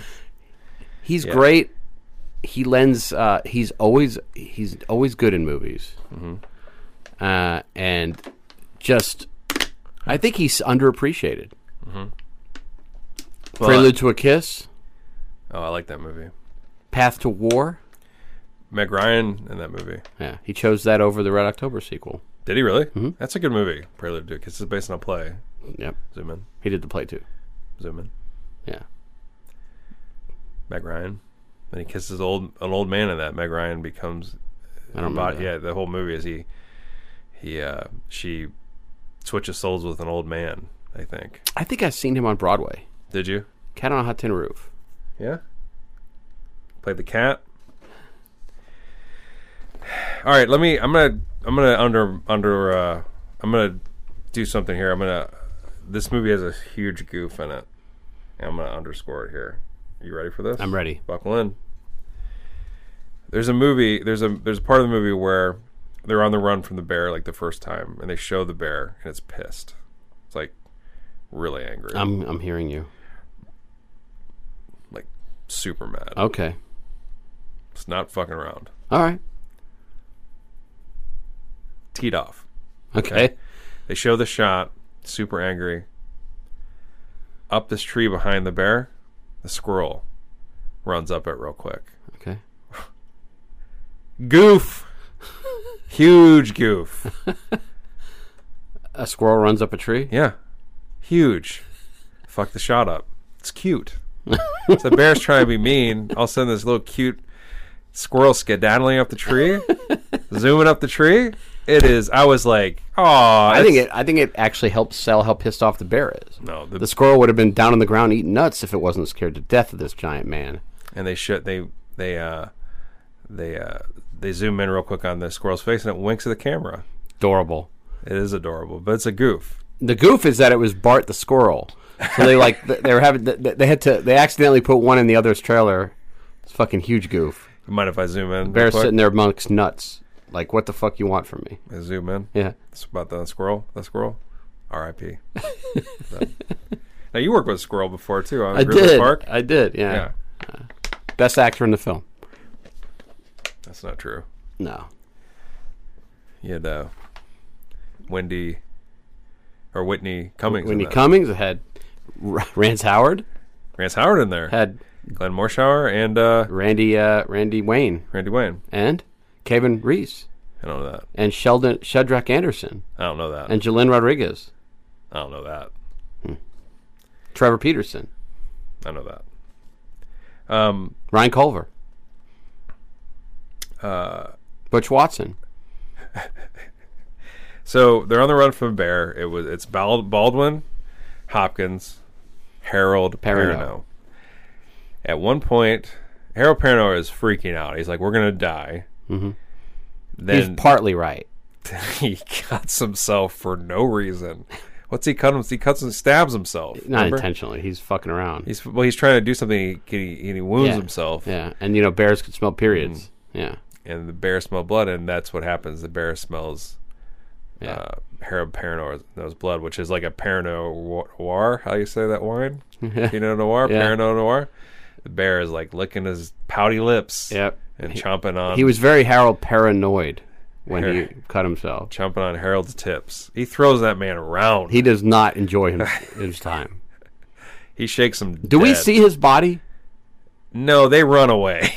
S3: he's great. He lends uh he's always he's always good in movies. Uh and just I think he's underappreciated.
S4: But-
S3: Prelude to a Kiss,
S4: oh, I like that movie.
S3: Path to War.
S4: Meg Ryan in that movie.
S3: Yeah, he chose that over the Red October sequel.
S4: Did he really?
S3: Hmm?
S4: That's a good movie. Prelude to because it's based on a play.
S3: Yep.
S4: Zoom in,
S3: He did the play too.
S4: zoom in.
S3: Yeah.
S4: Meg Ryan. Then he kisses old an old man in that. Meg Ryan becomes
S3: I don't
S4: But
S3: remember.
S4: yeah, the whole movie is he he uh she switches souls with an old man, I think.
S3: I think I've seen him on Broadway.
S4: Did you?
S3: Cat on a Hot Tin Roof.
S4: Yeah. Played the cat. All right, let me I'm going to I'm going to under under uh I'm going to do something here. I'm going to this movie has a huge goof in it. And I'm going to underscore it here. You ready for this?
S3: I'm ready.
S4: Buckle in. There's a movie. There's a there's a part of the movie where they're on the run from the bear like the first time, and they show the bear, and it's pissed. It's like really angry,
S3: I'm I'm hearing you.
S4: like super mad.
S3: Okay.
S4: It's not fucking around.
S3: All right.
S4: Teed off.
S3: Okay.
S4: They show the shot, super angry. Up this tree behind the bear, the squirrel runs up it real quick.
S3: Okay. [LAUGHS]
S4: Goof, huge goof.
S3: A squirrel runs up a tree.
S4: Yeah. Huge. Fuck the shot up. It's cute. so the bear's trying to be mean. All of a sudden, this little cute squirrel skedaddling up
S3: [LAUGHS]
S4: the tree, zooming up the tree. It is. I was like, oh,
S3: I think it I think it actually helps sell how pissed off the bear is.
S4: No, the,
S3: The squirrel would have been down on the ground eating nuts if it wasn't scared to death of this giant man.
S4: and they show they they uh, they uh, they zoom in real quick on the squirrel's face, and it winks at the camera.
S3: Adorable.
S4: It is adorable, but it's a goof.
S3: The goof is that it was Bart the squirrel. So they like th- they were having th- th- they had to they accidentally put one in the other's trailer. It's a fucking huge goof.
S4: You mind if I zoom in?
S3: Bear
S4: real quick?
S3: sitting there amongst nuts. Like what the fuck you want from me?
S4: I zoom in.
S3: Yeah.
S4: It's about the squirrel. The squirrel. R.I.P. Done. now you worked with a squirrel before too. On
S3: I
S4: Grizzly
S3: did.
S4: Park.
S3: I did. Yeah.
S4: Yeah,
S3: Best actor in the film.
S4: that's not true.
S3: No.
S4: You had uh, Wendy or Whitney Cummings.
S3: Whitney
S4: in that.
S3: Cummings had R- [LAUGHS] Rance Howard
S4: Rance Howard in there.
S3: had
S4: Glenn Morshower and uh,
S3: Randy uh, Randy Wayne
S4: Randy Wayne.
S3: and Kevin Reese
S4: I don't know that.
S3: and Sheldon Shedrack Anderson
S4: I don't know that.
S3: and Jalen Rodriguez,
S4: I don't know that.
S3: Trevor Peterson,
S4: I know that. Um,
S3: Ryan Culver,
S4: Uh,
S3: Butch Watson.
S4: so they're on the run from a bear. It was it's Bald- Baldwin, Hopkins, Harold
S3: Perrineau.
S4: Perrineau. At one point, Harold Perrineau is freaking out. He's like, "We're gonna die." Mm-hmm.
S3: He's
S4: Then
S3: partly right.
S4: [LAUGHS] he cuts himself for no reason. What's he cut him? He cuts and stabs himself.
S3: Not
S4: remember?
S3: intentionally. He's fucking around.
S4: He's well. He's trying to do something. He, he, he wounds
S3: Yeah.
S4: himself.
S3: yeah, and you know bears could smell periods.
S4: Mm.
S3: Yeah,
S4: and the bear smell blood, and that's what happens. The bear smells
S3: Yeah.
S4: uh, Harold Perrineau's blood, which is like a Perrineau noir. How you say
S3: [LAUGHS]
S4: that wine? Pinot Noir,
S3: Yeah.
S4: Perrineau Noir. The bear is like licking his pouty lips
S3: Yep.
S4: and chomping on
S3: he was very Harold paranoid when he cut himself.
S4: chomping on Harold's tips. He throws that man around.
S3: He does not enjoy
S4: [LAUGHS]
S3: him, his time.
S4: He shakes him.
S3: Do we
S4: dead.
S3: see his body?
S4: No, they run away.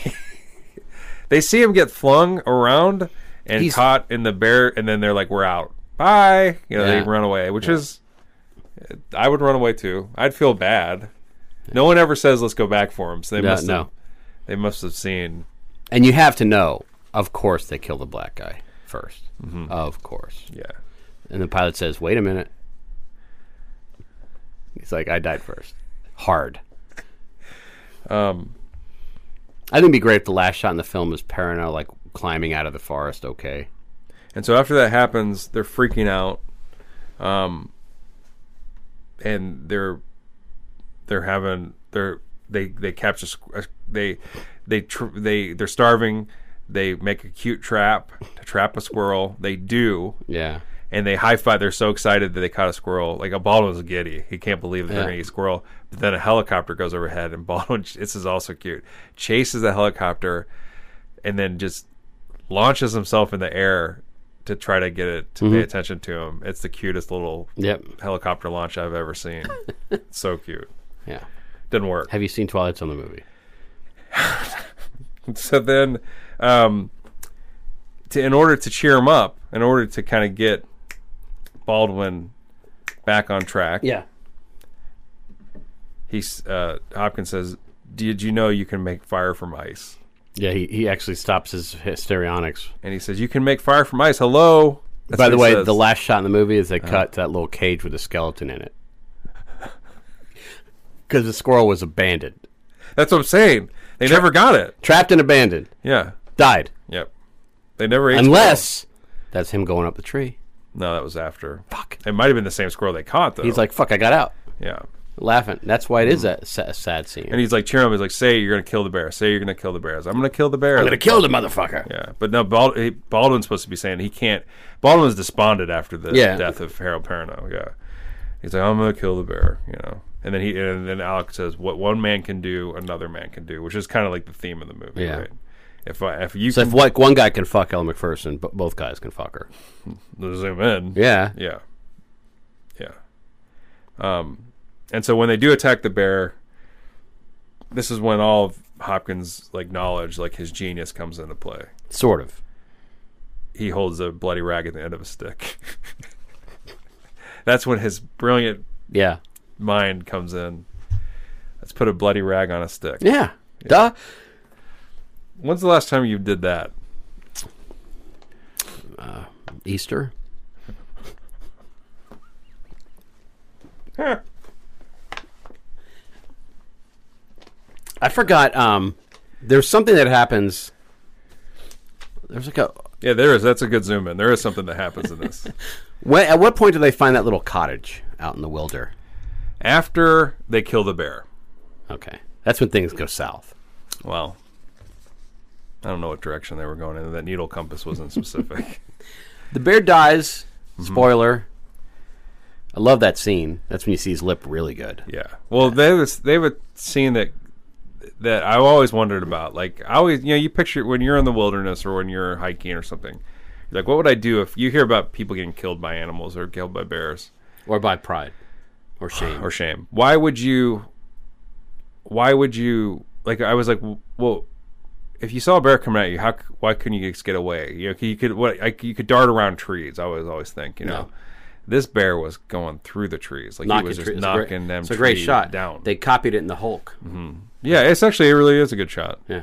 S4: [LAUGHS] they see him get flung around and
S3: He's-
S4: caught in the bear, and then they're like, "We're out, bye." You know,
S3: Yeah.
S4: they run away, which is, I would run away too. I'd feel bad. No one ever says, "Let's go back for him." So they
S3: No,
S4: must have,
S3: no.
S4: they must have seen.
S3: And you have to know, of course, they kill the black guy 1st Of course.
S4: Yeah,
S3: And the pilot says, wait a minute. He's like, I died first. Hard.
S4: um,
S3: I think it'd be great if the last shot in the film is Perino, like, climbing out of the forest, okay?
S4: and so after that happens, they're freaking out, um, and they're they're having they're they they capture squ- uh, they they tr- they they're starving they make a cute trap to trap a squirrel they do
S3: Yeah.
S4: and they high five they're so excited that they caught a squirrel like a baldwin's giddy he can't believe that they're
S3: Yeah.
S4: gonna eat squirrel but then a helicopter goes overhead and [LAUGHS] baldwin this is also cute chases the helicopter and then just launches himself in the air to try to get it to pay attention to him it's the cutest little
S3: Yep.
S4: helicopter launch i've ever seen so cute
S3: Yeah.
S4: didn't work
S3: Have you seen Twilight Zone, the movie?
S4: [LAUGHS] so then um to in order to cheer him up in order to kind of get baldwin back on track
S3: Yeah.
S4: he's uh hopkins says did you know you can make fire from ice
S3: Yeah, he, he actually stops his histrionics.
S4: and he says you can make fire from ice hello That's
S3: By
S4: what
S3: the
S4: he
S3: way,
S4: says. Uh-huh.
S3: the last shot in the movie is they cut to that little cage with a skeleton in it. Because the squirrel was abandoned.
S4: that's what i'm saying they never got it
S3: Trapped and abandoned.
S4: yeah
S3: Died.
S4: yep they never ate
S3: Unless that's him going up the tree.
S4: squirrel. no that was after
S3: Fuck.
S4: it might have been the same squirrel they caught though
S3: He's like, fuck, I got out.
S4: yeah
S3: Laughing. That's why it is a, sa- a sad scene.
S4: and he's like cheering him he's like say you're gonna kill the bear say you're gonna kill the bears i'm gonna kill the bear
S3: I'm going to kill the motherfucker.
S4: Yeah, but no, Bald- he- Baldwin's supposed to be saying he can't. Baldwin's despondent after the
S3: Yeah.
S4: death of Harold Perrineau. Yeah, he's like, I'm gonna kill the bear, you know. And then he and then Alec says, "What one man can do, another man can do," which is kind of like the theme of the movie.
S3: Yeah.
S4: Right? If I, if you
S3: So
S4: can
S3: if like one guy can fuck Ellen McPherson, but both guys can fuck her.
S4: zoom in,
S3: Yeah.
S4: yeah, yeah. Um, and so when they do attack the bear, this is when all of Hopkins' like knowledge, like his genius, comes into play.
S3: Sort of.
S4: he holds a bloody rag at the end of a stick. That's when his brilliant
S3: Yeah.
S4: mind comes in. Let's put a bloody rag on a stick.
S3: Yeah. Duh.
S4: When's the last time you did that?
S3: Easter. I forgot. Um, there's something that happens. There's like a.
S4: Yeah, there is. That's a good zoom in. There is something that happens in this.
S3: When, at what point do they find that little cottage out in the wilder?
S4: After they kill the bear.
S3: Okay, that's when things go south.
S4: Well, I don't know what direction they were going in. That needle compass wasn't specific.
S3: The bear dies.
S4: Mm-hmm.
S3: Spoiler. I love that scene. That's when you see his lip really good.
S4: Yeah. Well, they was they have a scene that that I always wondered about. Like I always, you know, you picture when you're in the wilderness or when you're hiking or something. You're like, what would I do if you hear about people getting killed by animals or killed by bears
S3: Or by pride, or shame.
S4: or shame? Why would you? Why would you? Like I was like, well, if you saw a bear coming at you, how c- why couldn't you just get away? You know, you could what like, you could dart around trees. I always always think, you know.
S3: No.
S4: This bear was going through the trees, like [SIGHS] he was just
S3: trees- it's a great-
S4: knocking them.
S3: It's a great
S4: trees
S3: shot.
S4: down.
S3: They copied it in the Hulk.
S4: Yeah, it's actually it really is a good shot.
S3: Yeah.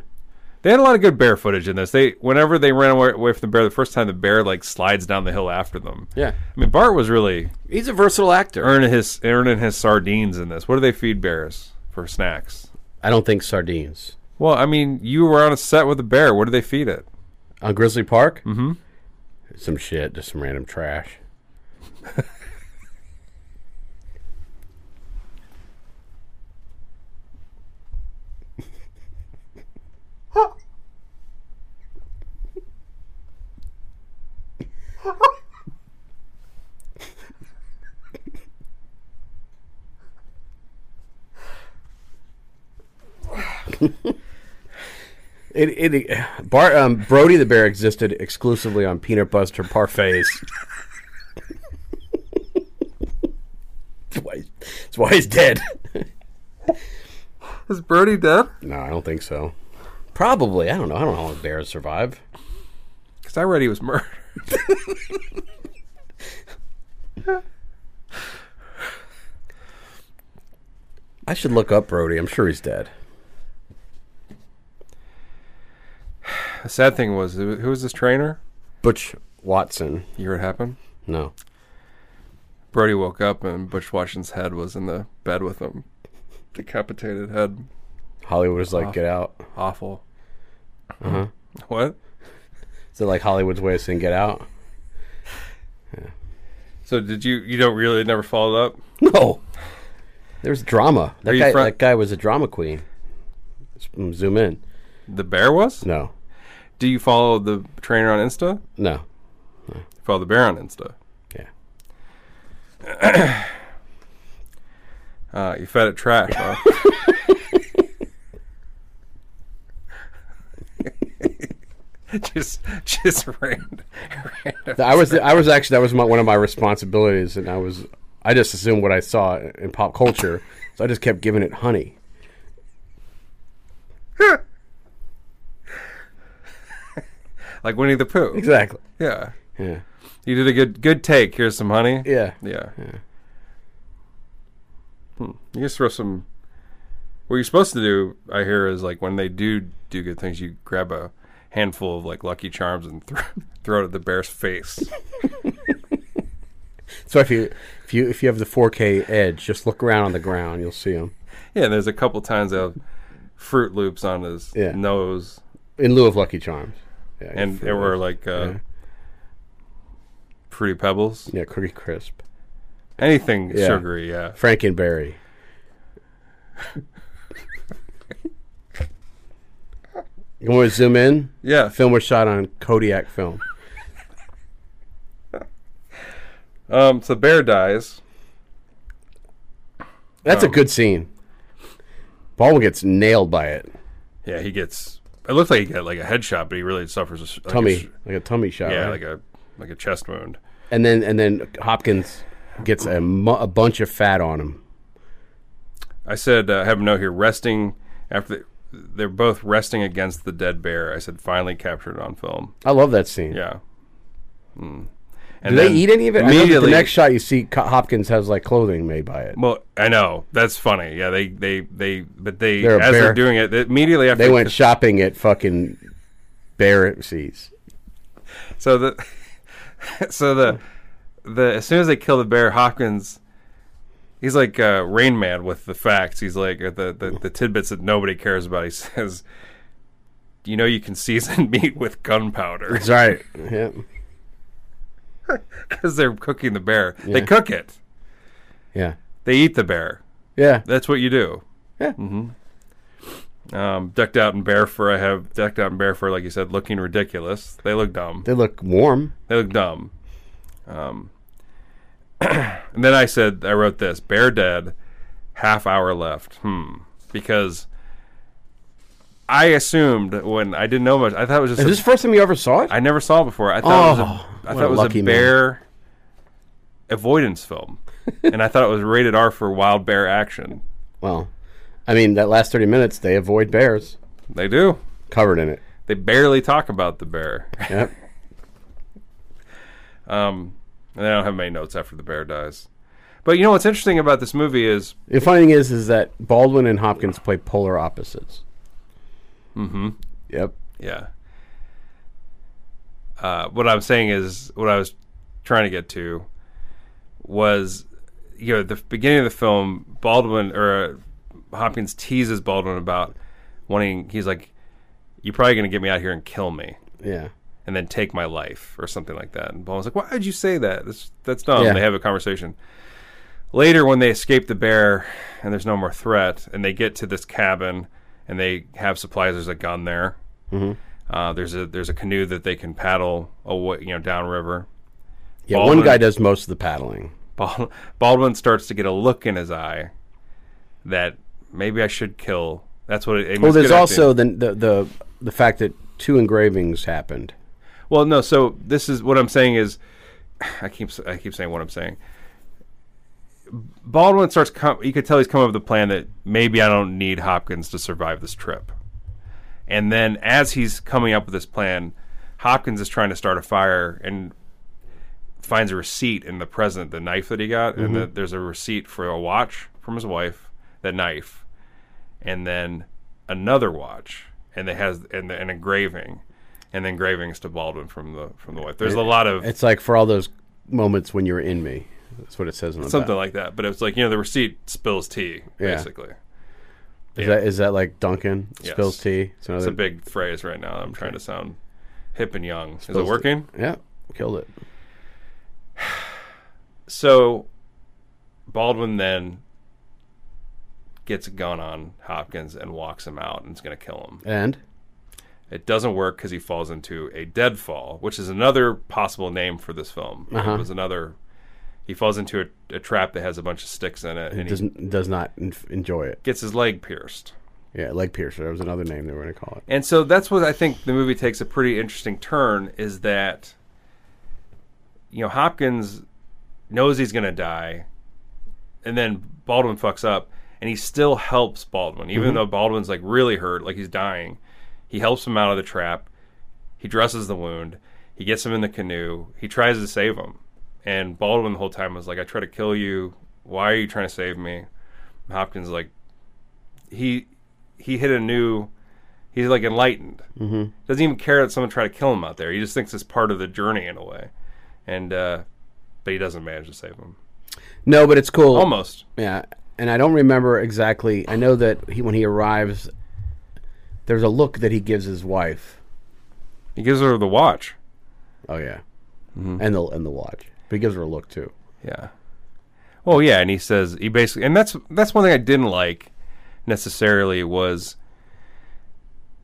S4: They had a lot of good bear footage in this. They whenever they ran away, away from the bear the first time, the bear like slides down the hill after them.
S3: Yeah.
S4: I mean Bart was really
S3: He's a versatile actor.
S4: earning his earning his sardines in this. What do they feed bears for snacks?
S3: I don't think sardines.
S4: Well, I mean, you were on a set with a bear. What do they feed it?
S3: On Grizzly Park? Mm hmm. Some shit, just some random trash. It, it Bar, um, Brody the bear existed exclusively on peanut butter parfaits. [LAUGHS] that's, why, that's why he's dead.
S4: Is Birdie dead?
S3: no, I don't think so. Probably. I don't know. I don't know how long bears survive.
S4: Because I read he was [LAUGHS] murdered.
S3: I should look up Brody. I'm sure he's dead.
S4: The sad thing was, who who was this trainer?
S3: Butch Watson.
S4: You hear what happened?
S3: No.
S4: Brody woke up and Butch Washington's head was in the bed with him, decapitated head.
S3: Hollywood was like, get out.
S4: Awful. Uh huh. What?
S3: Is it like Hollywood's way of saying get out?
S4: So did you? You don't really never followed up?
S3: [LAUGHS] No. There's drama. That
S4: you
S3: guy,
S4: fri-
S3: that guy was a drama queen. S- mm, Zoom in.
S4: The bear was.
S3: No.
S4: Do you follow the trainer on Insta?
S3: No.
S4: You follow the bear on Insta.
S3: Yeah.
S4: Uh, you fed it trash.
S3: [LAUGHS]
S4: Huh? [LAUGHS] just, just [LAUGHS] ran.
S3: Th- I was I was actually that was my, one of my responsibilities, and I was I just assumed what I saw in pop culture, so I just kept giving it honey.
S4: like Winnie the Pooh.
S3: Exactly.
S4: Yeah,
S3: Yeah.
S4: you did a good, good take. Here's some honey.
S3: Yeah.
S4: Yeah. Hmm. You just throw some. What you're supposed to do, I hear, is like when they do do good things, you grab a handful of like Lucky Charms and throw [LAUGHS] throw it at the
S3: [LAUGHS]
S4: bear's face.
S3: So if you if you if you have the 4K edge, just look around on the ground, you'll see them
S4: yeah, and there's a couple times of Fruit Loops on his
S3: Yeah.
S4: nose,
S3: in lieu of Lucky Charms. Yeah,
S4: and
S3: fruit
S4: there were
S3: loops.
S4: like uh,
S3: Yeah.
S4: Fruity Pebbles,
S3: yeah, Cookie Crisp,
S4: anything
S3: Yeah.
S4: sugary. Yeah,
S3: Frankenberry. you want to zoom in?
S4: yeah.
S3: The film was shot on Kodiak film.
S4: Um, so the bear dies.
S3: That's
S4: Um,
S3: a good scene. Baldwin gets nailed by it.
S4: Yeah, he gets. It looks like he got like a headshot, but he really suffers a s- like a
S3: Tummy,
S4: sh-
S3: like a tummy shot.
S4: yeah,
S3: right?
S4: like a like a chest wound.
S3: and then and then Hopkins gets a, mu- a bunch of fat on him.
S4: I said, uh, I have him know here, resting after the, they're both resting against the dead bear. I said, finally captured on film.
S3: I love that scene.
S4: Yeah. Mm. And
S3: Do they
S4: then
S3: eat any of it? I know that
S4: Immediately.
S3: the next shot you see, Co- Hopkins has like clothing made by it.
S4: Well, I know that's funny. Yeah, they they they, but they
S3: They're a
S4: as
S3: bear.
S4: they're doing it they, immediately after
S3: They
S4: [LAUGHS]
S3: went shopping at fucking Barrettsies.
S4: So the [LAUGHS] so the the as soon as they kill the bear, Hopkins he's like uh, Rain Man with the facts. He's like uh, the, the the tidbits that nobody cares about. He [LAUGHS] says, "You know, you can season [LAUGHS] meat with gunpowder
S3: That's right. Yeah.
S4: because they're cooking the bear. They cook it.
S3: Yeah.
S4: They eat the bear.
S3: Yeah.
S4: That's what you do."
S3: Yeah.
S4: Mm-hmm. Um, decked out in bear fur, I have decked out in bear fur, like you said, looking ridiculous. They look dumb.
S3: They look warm.
S4: They look dumb. Um, [CLEARS THROAT] and then I said, I wrote this Bear dead, half hour left. Hmm. Because I assumed when I didn't know much, I thought it was just.
S3: Is
S4: a-
S3: this the first time you ever saw it?
S4: I never saw it before. I thought it was
S3: Oh,
S4: a, I
S3: what a
S4: thought it was
S3: lucky
S4: a
S3: man.
S4: bear
S3: [LAUGHS]
S4: avoidance film. and I thought it was rated R for wild bear action.
S3: well, I mean, that last 30 minutes, they avoid bears
S4: They do.
S3: covered in it.
S4: They barely talk about the bear. [LAUGHS]
S3: [LAUGHS] Yep.
S4: And I don't have many notes after the bear dies. But you know what's interesting about this movie is
S3: the funny thing is, is that Baldwin and Hopkins play polar opposites. Mm-hmm. Yep.
S4: Yeah. Uh, what I'm saying is what I was trying to get to was you know the beginning of the film Baldwin or uh, Hopkins teases Baldwin about wanting he's like you're probably going to get me out here and kill me
S3: Yeah.
S4: and then take my life or something like that. And Baldwin's like, why would you say that? That's that's dumb.
S3: Yeah.
S4: They have a conversation. Later, when they escape the bear and there's no more threat, and they get to this cabin and they have supplies, there's a gun there. Mm-hmm. Uh, there's a there's a canoe that they can paddle away, you know, downriver. [LAUGHS]
S3: Yeah. One
S4: Baldwin-
S3: guy does most of the paddling.
S4: Bal- Baldwin starts to get a look in his eye that maybe I should kill. That's what it. it
S3: Well,
S4: was
S3: there's
S4: good acting.
S3: also the, the the the fact that two engravings happened.
S4: Well, no. So this is what I'm saying is, I keep I keep saying what I'm saying. Baldwin starts. Com- you could tell he's come up with a plan that maybe I don't need Hopkins to survive this trip. And then as he's coming up with this plan, Hopkins is trying to start a fire and finds a receipt in the present, the knife that he got, and that there's a receipt for a watch from his wife, that knife, and then another watch, and it has and an engraving, and the engravings to Baldwin from the from the wife. There's a lot of
S3: It's like for all those moments when you were in me. That's what it says on the
S4: something
S3: back.
S4: like that, but it's like you know the receipt spills tea
S3: Yeah.
S4: basically.
S3: Is that is that like Duncan
S4: Yes.
S3: spills tea? It's
S4: It's
S3: another
S4: a big phrase right now. I'm trying to sound hip and young. Is
S3: Spills
S4: it
S3: tea.
S4: working?
S3: Yeah, killed it.
S4: So Baldwin then gets a gun on Hopkins and walks him out and is going to kill him.
S3: And
S4: It doesn't work because he falls into a deadfall, which is another possible name for this film.
S3: Uh-huh.
S4: It was another. He falls into a, a trap that has a bunch of sticks in it, and he
S3: doesn't does not en- enjoy it.
S4: gets his leg pierced.
S3: Yeah, leg piercer. That was another name they were going to call it.
S4: And so that's what I think the movie takes a pretty interesting turn is that you know Hopkins knows he's going to die and then Baldwin fucks up and he still helps Baldwin even though Baldwin's like really hurt like he's dying. He helps him out of the trap. He dresses the wound. He gets him in the canoe. He tries to save him. And Baldwin the whole time was like I try to kill you. Why are you trying to save me? And Hopkins is like he he hit a new he's like enlightened. Mm-hmm. Doesn't even care that someone tried to kill him out there. He just thinks it's part of the journey in a way, and uh, but he doesn't manage to save him.
S3: No, but it's cool.
S4: Almost.
S3: Yeah, and I don't remember exactly. I know that he when he arrives, there's a look that he gives his wife.
S4: He gives her the watch.
S3: Oh yeah,
S4: Mm-hmm.
S3: and the and the watch. But he gives her a look too.
S4: Yeah. Well, yeah, and he says he basically, and that's that's one thing I didn't like necessarily was [SIGHS]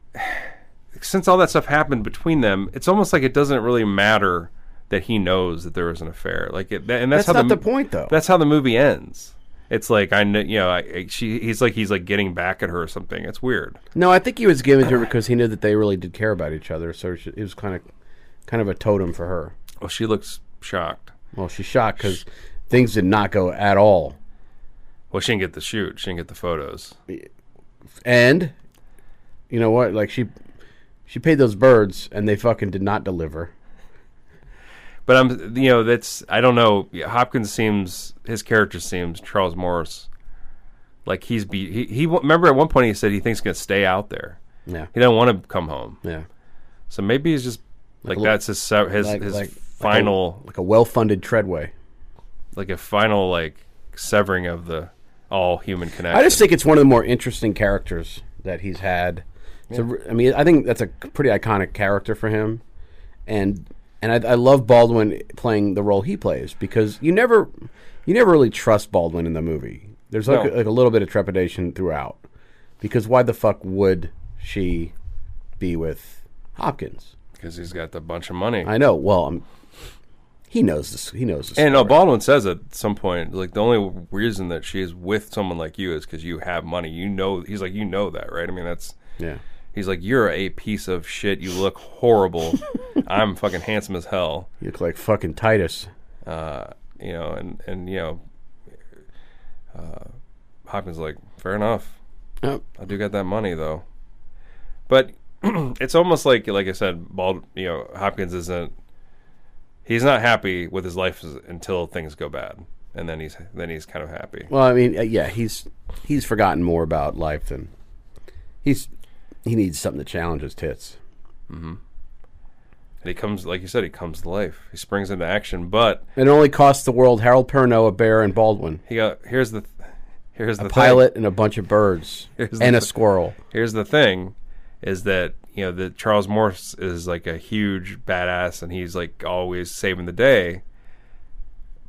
S4: since all that stuff happened between them, it's almost like it doesn't really matter that he knows that there was an affair. Like, it, and that's,
S3: That's,
S4: how
S3: not the,
S4: the
S3: point though.
S4: That's how the movie ends. It's like I know, you know, I, I- she. He's like he's like getting back at her or something. It's weird.
S3: No, I think he was giving it to her because he knew that they really did care about each other. So she, it was kind of, kind of a totem for her.
S4: Well, she looks shocked.
S3: Well, she's shocked because things did not go at all.
S4: Well, she didn't get the shoot. She didn't get the photos.
S3: And, you know what? Like she, she paid those birds, and they fucking did not deliver.
S4: But I'm, you know, that's I don't know. Hopkins seems his character seems Charles Morris, like he's be he, he. Remember at one point he said he thinks he's gonna stay out there.
S3: Yeah,
S4: He doesn't want to come home.
S3: yeah.
S4: So maybe he's just like,
S3: a li-
S4: that's his se- his
S3: like-
S4: his
S3: like- like a-
S4: final
S3: Like a well-funded treadway.
S4: like a final like severing of the all human connection.
S3: I just think it's one of the more interesting characters that he's had. So I mean, I think that's a c- pretty iconic character for him, and and I, I love Baldwin playing the role he plays because you never you never really trust Baldwin in the movie. There's like, a,
S4: No.
S3: like a little bit of trepidation throughout because why the fuck would she be with Hopkins?
S4: because he's got the bunch of money.
S3: I know. Well, i he knows this. He knows this.
S4: and no, Baldwin says at some point, like the only reason that she is with someone like you is because you have money. You know, he's like, you know that, right? I mean, that's
S3: yeah.
S4: he's like, you're a piece of shit. You look horrible. I'm fucking handsome as hell.
S3: You look like fucking Titus.
S4: uh, you know, and and you know, uh, Hopkins is like, fair enough.
S3: Yep.
S4: I do got that money though, but [CLEARS THROAT] it's almost like, like I said, Bald. You know, Hopkins isn't. He's not happy with his life s- until things go bad, and then he's then he's kind of happy.
S3: Well, I mean, uh, yeah, he's he's forgotten more about life than he's he needs something to challenge his tits.
S4: And he comes, like you said, he comes to life. He springs into action, but
S3: It only cost the world Harold Perrineau, a bear, and Baldwin,
S4: he got here's the th- here's the thing.
S3: pilot, and a bunch of birds,
S4: [LAUGHS] Here's
S3: and
S4: the
S3: a
S4: th-
S3: squirrel.
S4: here's the thing is that you know that charles morse is like a huge badass and he's like always saving the day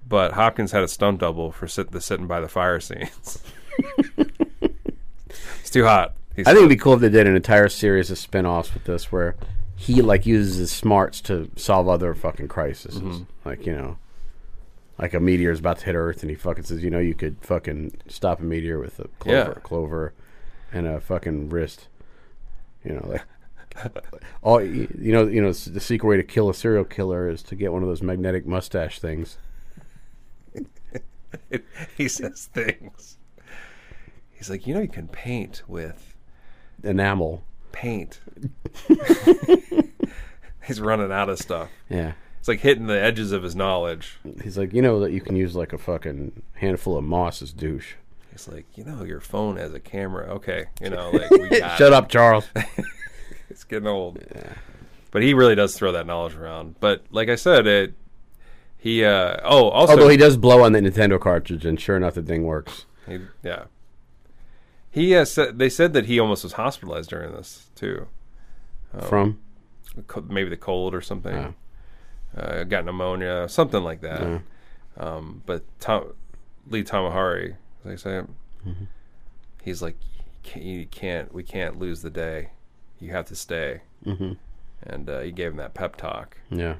S4: but hopkins had a stunt double for sit, the sitting by the fire
S3: [LAUGHS]
S4: scenes it's too hot he's,
S3: I think it'd be cool if they did an entire series of spin-offs with this, where he like uses his smarts to solve other fucking crises,
S4: Mm-hmm.
S3: like you know. Like a meteor's about to hit Earth, and he fucking says, "You know, you could fucking stop a meteor with a clover,
S4: Yeah.
S3: clover, and a fucking wrist." You know, like [LAUGHS] all you know, you know, the secret way to kill a serial killer is to get one of those magnetic mustache things.
S4: he says [LAUGHS] things he's like you know you can paint with
S3: Enamel, [LAUGHS]
S4: paint [LAUGHS] he's running out of stuff
S3: yeah.
S4: it's like hitting the edges of his knowledge
S3: He's like, you know, that you can use like a fucking handful of moss as douche.
S4: It's like, you know, your phone has a camera. Okay, you know,
S3: [LAUGHS]
S4: like we got
S3: Shut up, Charles.
S4: It's getting old. But he really does throw that knowledge around. But like I said, it he uh oh also
S3: Although he does blow on the Nintendo cartridge, and sure enough, the thing works.
S4: he, yeah he uh, said they said that he almost was hospitalized during this too,
S3: From
S4: The co- maybe the cold or something,
S3: Yeah.
S4: uh, got pneumonia, something like that. Um, but Tom, Lee Tamahari, as I say, it,
S3: Mm-hmm.
S4: he's like, "You can't- you can't, we can't lose the day. You have to stay. Mm-hmm. And uh, he gave him that pep talk.
S3: yeah.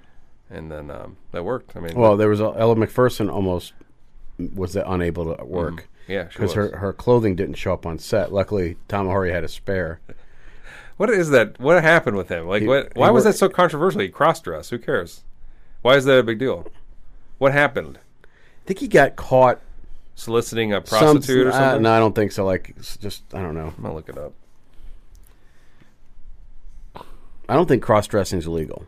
S4: and then um, that worked. I mean,
S3: Well, there was a- Ella McPherson almost was unable to work
S4: yeah, she
S3: because
S4: was.
S3: her, her clothing didn't show up on set. Luckily, Tom Ahori had a spare.
S4: what is that? What happened with him? Like, what?
S3: he
S4: Why was
S3: wor-
S4: that so controversial? He cross dressed. Who cares? Why is that a big deal? What happened?
S3: I think he got caught.
S4: Soliciting a
S3: some-
S4: prostitute
S3: uh,
S4: or something?
S3: no, I don't think so. Like, it's just I don't know.
S4: I'm gonna look it up.
S3: I don't think cross dressing is illegal.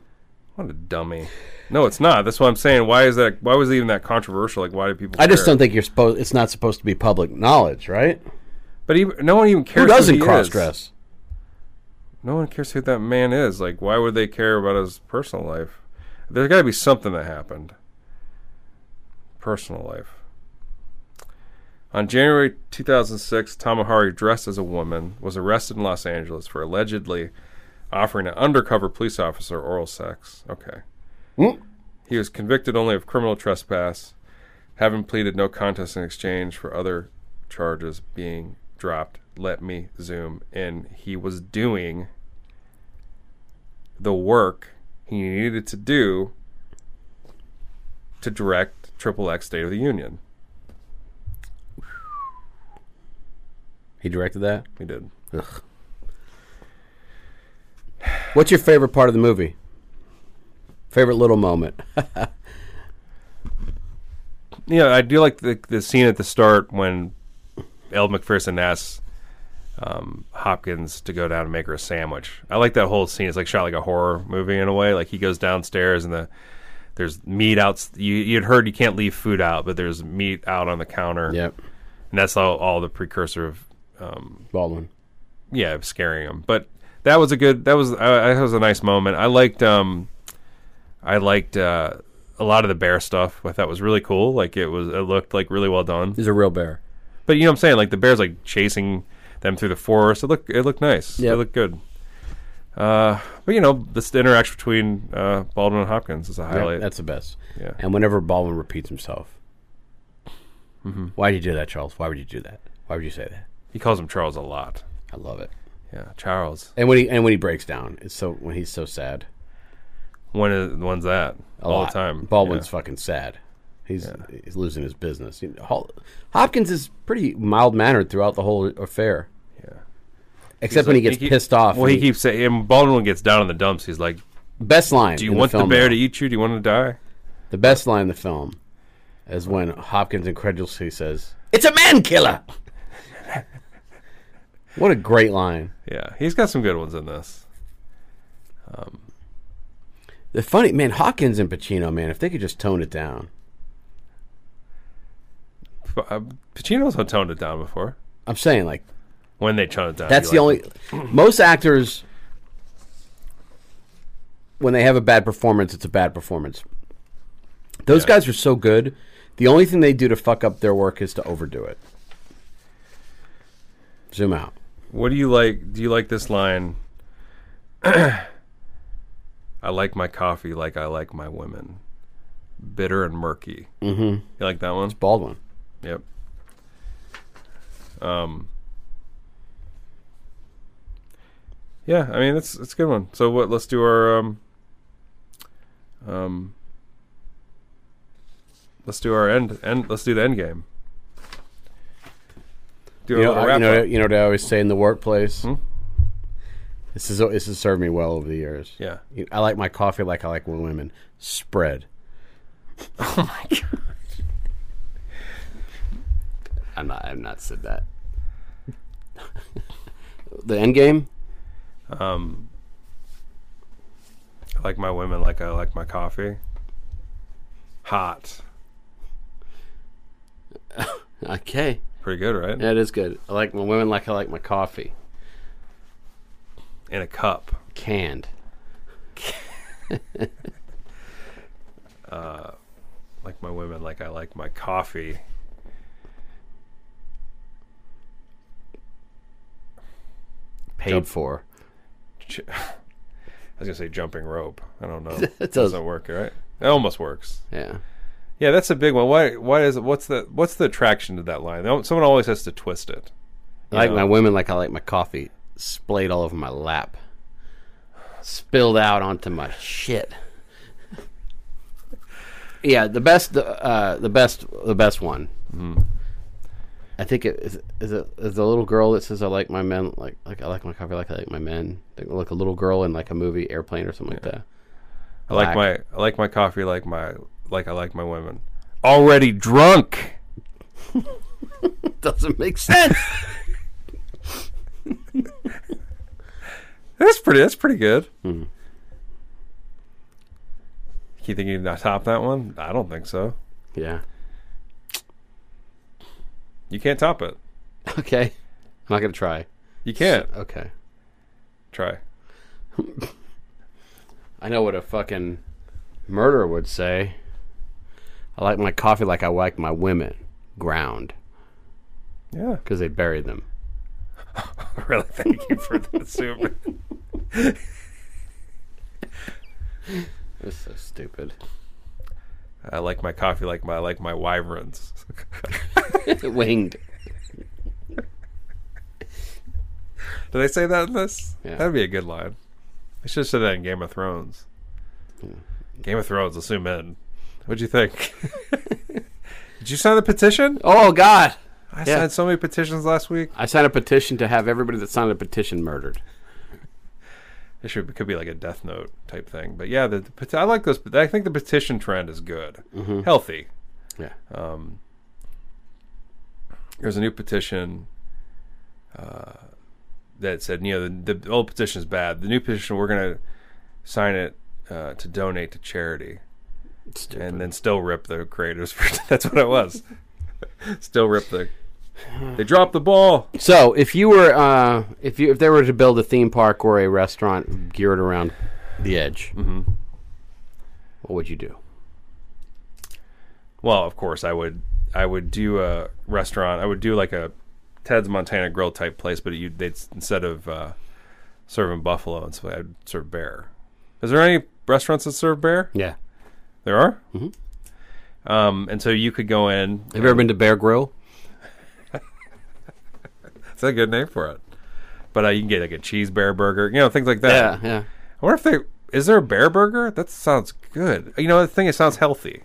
S4: What a dummy! No, it's not. That's what I'm saying. Why is that? Why was it even that controversial? Like, why do people?
S3: I just
S4: care?
S3: don't think you're supposed. It's not supposed to be public knowledge, right?
S4: But he, no one even cares.
S3: Who doesn't
S4: he is.
S3: cross dress?
S4: No one cares who that man is. Like, why would they care about his personal life? There's got to be something that happened. Personal life. On January 2006, Tamahari, dressed as a woman, was arrested in Los Angeles for allegedly offering an undercover police officer oral sex. Okay. He was convicted only of criminal trespass, having pleaded no contest in exchange for other charges being dropped. Let me zoom in. He was doing the work he needed to do to direct Triple X State of the Union.
S3: He directed that.
S4: He did.
S3: Ugh. What's your favorite part of the movie? Favorite little moment?
S4: Yeah, I do like the the scene at the start when El McPherson asks um, Hopkins to go down and make her a sandwich. I like that whole scene. It's like shot like a horror movie in a way. Like he goes downstairs and the there's meat out. You you'd heard you can't leave food out, but there's meat out on the counter.
S3: [LAUGHS] yep,
S4: and that's all, all the precursor of um,
S3: Baldwin.
S4: yeah, of scaring him. But that was a good. That was uh, that was a nice moment. I liked. Um, I liked uh, a lot of the bear stuff I thought was really cool. Like it was, it looked like really well done.
S5: He's a real bear.
S4: But you know what I'm saying? Like the bears like chasing them through the forest. It looked it looked nice.
S5: Yep.
S4: It looked good. Uh, but you know this the interaction between uh, Baldwin and Hopkins is a
S3: Yeah,
S4: highlight.
S3: That's the best.
S4: Yeah.
S3: And whenever Baldwin repeats himself,
S4: Mm-hmm.
S3: why'd you do that, Charles? Why would you do that? Why would you say that?
S4: he calls him Charles a lot.
S3: I love it.
S4: Yeah, Charles.
S3: And when he and when he breaks down, it's so when he's so sad.
S4: When is when's that?
S3: A
S4: All
S3: lot.
S4: the time.
S3: Baldwin's fucking sad. He's he's losing his business. You know, Hol- Hopkins is pretty mild mannered throughout the whole affair.
S4: Yeah.
S3: Except when he gets
S4: keep-
S3: pissed off.
S4: Well,
S3: and
S4: he keeps saying, and Baldwin gets down in the dumps. He's like,
S3: best line.
S4: "Do you want the,
S3: film,
S4: bear
S3: though.
S4: to eat you? Do you want to die?"
S3: The best line in the film is when Hopkins incredulously says, "It's a man killer." what a great line.
S4: Yeah, he's got some good ones in this.
S3: The funny man, Hawkins and Pacino, man, if they could just tone it down.
S4: P- uh, Pacino's had toned it down before.
S3: I'm saying like
S4: When they toned it down,
S3: that's
S4: you
S3: the
S4: like
S3: only most actors when they have a bad performance, it's a bad performance. Those guys are so good. The only thing they do to fuck up their work is to overdo it. Zoom out.
S4: What do you like? Do you like this line? [CLEARS THROAT] I like my coffee like I like my women, bitter and murky. Mm-hmm. You like that one?
S3: Baldwin.
S4: Yep. Um. Yeah, I mean it's it's a good one. So what? Let's do our um. Um. Let's do our end end. Let's do the end game. Do
S3: You
S4: a
S3: know,
S4: little
S3: I- you,
S4: wrap
S3: know,
S4: up.
S3: you know what I always say in the workplace? This, is, this has served me well over the years.
S4: Yeah.
S3: You- I like my coffee like I like women. [LAUGHS] Spread. Oh my god. I'm not. I've not said that. [LAUGHS] the end game.
S4: I like my women like I like my coffee. Hot.
S3: Okay,
S4: Pretty good, right?
S3: that is good. I like my women like I like my coffee
S4: In a cup.
S3: canned.
S4: Like my women like I like my coffee.
S3: Paid for.
S4: Ch- [LAUGHS] I was going to say jumping rope. I don't know.
S3: It
S4: doesn't
S3: doesn't.
S4: work, right? It almost works.
S3: Yeah.
S4: Yeah, that's a big one. Why why is it what's the what's the attraction to that line? They- Someone always has to twist it.
S3: I like
S4: know.
S3: my women like I like my coffee splayed all over my lap, spilled out onto my shit. yeah, the best, the, uh, the best, the best one. I think it is. Is it is the little girl that says I like my men like like I like my coffee like I like my men Think- like a little girl in like a movie airplane or something like that.
S4: I like my I like my coffee like my like I like my women. Already drunk.
S3: [LAUGHS] Doesn't make sense.
S4: That's pretty. That's pretty good. You think you can top that one? I don't think so.
S3: yeah.
S4: You can't top it.
S3: Okay. I'm not gonna try.
S4: You can't
S3: Okay.
S4: try.
S3: I know what a fucking murderer would say. I like my coffee like I like my women ground
S4: Yeah. [LAUGHS]
S3: because they buried them.
S4: Really. Thank you for the super.
S3: It's so stupid.
S4: I like my coffee like my I like my wyverns.
S3: [LAUGHS]
S4: [LAUGHS]
S3: Winged.
S4: Do they say that in this?
S3: Yeah.
S4: That'd be a good line. They should have said that in Game of Thrones. Game of Thrones. Let's zoom in. What'd you think? [LAUGHS] Did you sign the petition?
S3: Oh God!
S4: I
S3: Yeah.
S4: signed so many petitions last week.
S3: I signed a petition to have everybody that signed a petition murdered.
S4: It should could be like a death note type thing, but yeah, the, the peti- I like this. I think the petition trend is good, healthy.
S3: Mm-hmm.
S4: Um,
S3: Yeah.
S4: There's a new petition uh, that said, you know, the, the old petition is bad. The new petition, we're gonna sign it uh, to donate to charity,
S3: Stupid.
S4: and then still rip the creators. [LAUGHS] For, that's what it was. still rip the. They dropped the ball.
S3: so if you were, uh, if you if they were to build a theme park or a Mm-hmm. restaurant geared around the edge, what would you do?
S4: Well, of course, I would. I would do a restaurant. I would do like a Ted's Montana Grill type place, but you they'd instead of uh, serving buffalo and stuff, I'd serve bear. Is there any restaurants that serve bear?
S3: Yeah.
S4: There are. Um, and so you could go in.
S3: Have you ever been to Bear Grill?
S4: It's a good name for it. But uh, you can get like a cheese bear burger, you know, things like that.
S3: Yeah, yeah.
S4: I wonder if they is there a bear burger? That sounds good. You know, the thing it sounds healthy.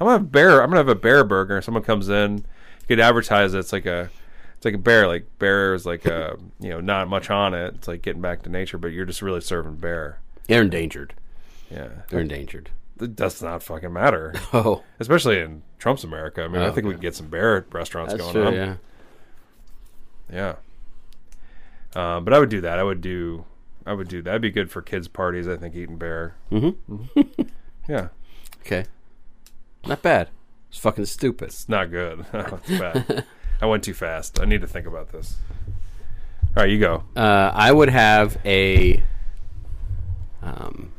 S4: I'm gonna have bear. I'm gonna have a bear burger. Someone comes in, you could advertise it. it's like a it's like a bear. Like bear is like a you know not much on it. It's like getting back to nature, but you're just really serving bear.
S3: They're endangered.
S4: Yeah,
S3: They're endangered.
S4: it does not
S3: [LAUGHS]
S4: fucking matter,
S3: Oh,
S4: especially in Trump's America. I mean, I
S3: Oh,
S4: think we can get some bear restaurants
S3: that's
S4: going
S3: true.
S4: on.
S3: Yeah.
S4: Yeah. Uh, but I would do that. I would do. I would do that. That'd be good for kids' parties. I think eating bear. Mm-hmm. yeah,
S3: Okay. Not bad. It's fucking stupid.
S4: it's not good. [LAUGHS] Oh,
S3: [LAUGHS]
S4: it's bad. I went too fast. I need to think about this. All right, you go.
S3: Uh, I would have a. Um,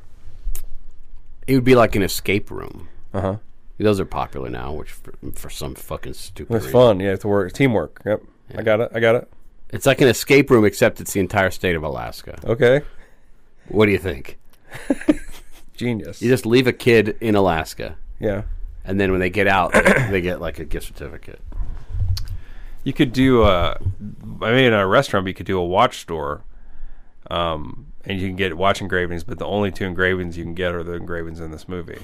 S3: it would be like an escape room.
S4: Uh huh.
S3: Those are popular now, which for, for some fucking stupid
S4: It's
S3: reason.
S4: fun. Yeah, it's work. Teamwork. Yep. I got it. I got it.
S3: It's like an escape room, except it's the entire state of Alaska.
S4: Okay.
S3: What do you think?
S4: Genius.
S3: You just leave a kid in Alaska,
S4: yeah.
S3: and then when they get out, [COUGHS] they, they get like a gift certificate.
S4: You could do a, I mean, a restaurant. But you could do a watch store, um, and you can get watch engravings. But the only two engravings you can get are the engravings in this movie.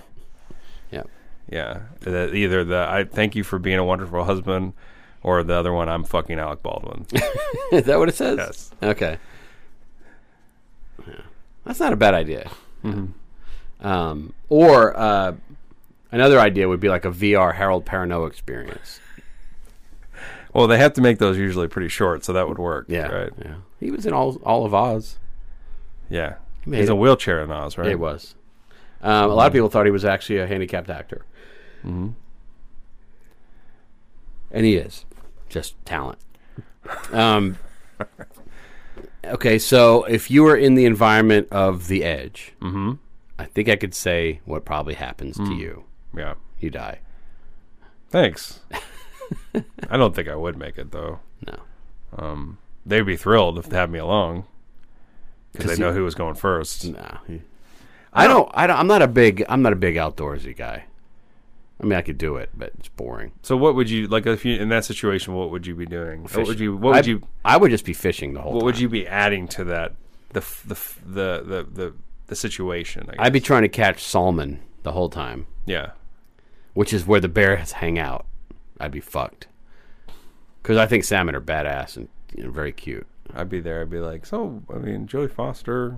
S3: Yeah.
S4: Yeah, the, either the "I thank you for being a wonderful husband," or the other one, "I'm fucking
S3: [LAUGHS]
S4: Alec Baldwin."
S3: Is that what it says?
S4: Yes.
S3: Okay. Yeah. That's not a bad idea.
S4: Mm-hmm.
S3: Um, or uh, another idea would be like a VR Harold Perrineau experience.
S4: well, they have to make those usually pretty short, so that would work.
S3: Yeah.
S4: right.
S3: Yeah. He was in all all of Oz.
S4: Yeah,
S3: made
S4: he's
S3: it.
S4: a wheelchair in Oz, right?
S3: It was. Um, a lot of people thought he was actually a handicapped actor. Mm-hmm. And he is. Just talent. Um,
S4: [LAUGHS]
S3: okay, so if you were in the environment of The Edge, mm-hmm. I think I could say what probably happens
S4: Hmm.
S3: to you.
S4: Yeah.
S3: You die. [LAUGHS]
S4: Thanks. I don't think I would make it though.
S3: No.
S4: They'd be thrilled if they had me along because
S3: 'Cause
S4: they know
S3: you-
S4: who was going first.
S3: No. I don't I don't I'm not a big I'm not a big outdoorsy guy. I mean I could do it, but it's boring.
S4: So, what would you like if you in that situation? What would you be doing? What would
S3: Fishing.
S4: you? What would
S3: I,
S4: you?
S3: I would just be fishing the whole
S4: What
S3: time.
S4: would you be adding to that? The f- the f- the the the, the situation. I guess.
S3: I'd be trying to catch salmon the whole time,
S4: yeah.
S3: which is where the bears hang out. I'd be fucked. Because I think salmon are badass and you know, very cute.
S4: I'd be there. I'd be like, so I mean, Jodie Foster,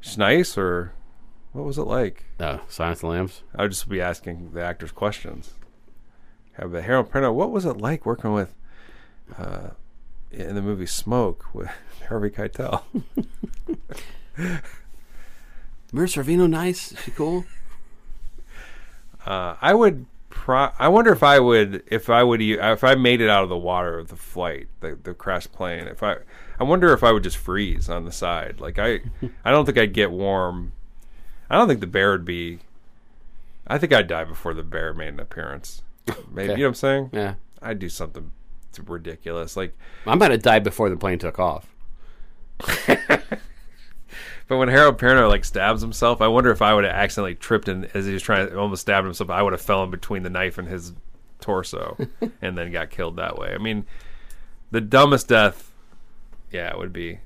S4: she's nice, or what was it like?
S3: Uh, Silence of the Lambs.
S4: I would just be asking the actors questions. Have the Harold Perrineau, what was it like working with, uh, in the movie Smoke with [LAUGHS] Harvey Keitel?
S3: Mira Sorvino, nice. Is she cool?
S4: Uh, I would. Pro- I wonder if I would, if I would, e- if I made it out of the water of the flight, the the crashed plane. If I, I wonder if I would just freeze on the side. Like I, I don't think I'd get warm. I don't think the bear would be. I think I'd die before the bear made
S3: [LAUGHS]
S4: an appearance. Maybe
S3: Okay.
S4: you know what I'm saying.
S3: [LAUGHS] yeah.
S4: I'd do something t- ridiculous. Like,
S3: I'm about to die before the plane took off.
S4: but when Harold Perrineau like stabs himself, I wonder if I would have accidentally tripped and as he was trying to almost stab himself, I would have fell in between the knife and his
S3: [LAUGHS]
S4: torso, and then got killed that way. I mean, the dumbest death. Yeah, it would be,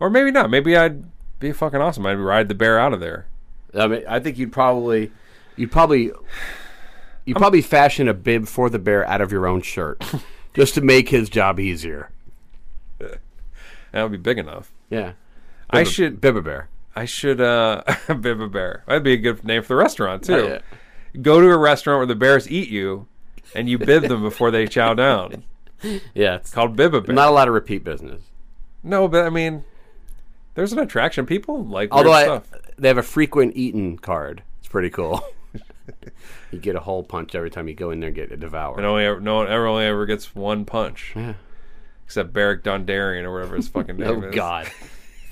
S4: or maybe not. Maybe I'd be fucking awesome. I'd ride the bear out of there.
S3: I mean, I think you'd probably, you'd probably, you'd probably fashion a bib for the bear out of your own [LAUGHS] shirt, just to make his job easier.
S4: That would be big enough.
S3: Yeah.
S4: I
S3: Bibba-
S4: should.
S3: Bibba bear.
S4: I should. uh [LAUGHS] Bibba Bear. That'd be a good name for the restaurant too.
S3: Yeah.
S4: Go to a restaurant where the bears eat you, and you bib them before they chow down.
S3: Yeah. It's
S4: Called Bibba Bear.
S3: not a lot of repeat business.
S4: No, but I mean, there's an attraction. People like
S3: Although
S4: weird
S3: I,
S4: stuff.
S3: they have a frequent eaten card. It's pretty cool. [LAUGHS] you get a hole punch every time you go in there and get devoured.
S4: And only ever, no one ever only ever gets one punch.
S3: Yeah.
S4: Except Barrick Dondarrion or whatever his fucking
S3: [LAUGHS]
S4: name
S3: oh
S4: is.
S3: God,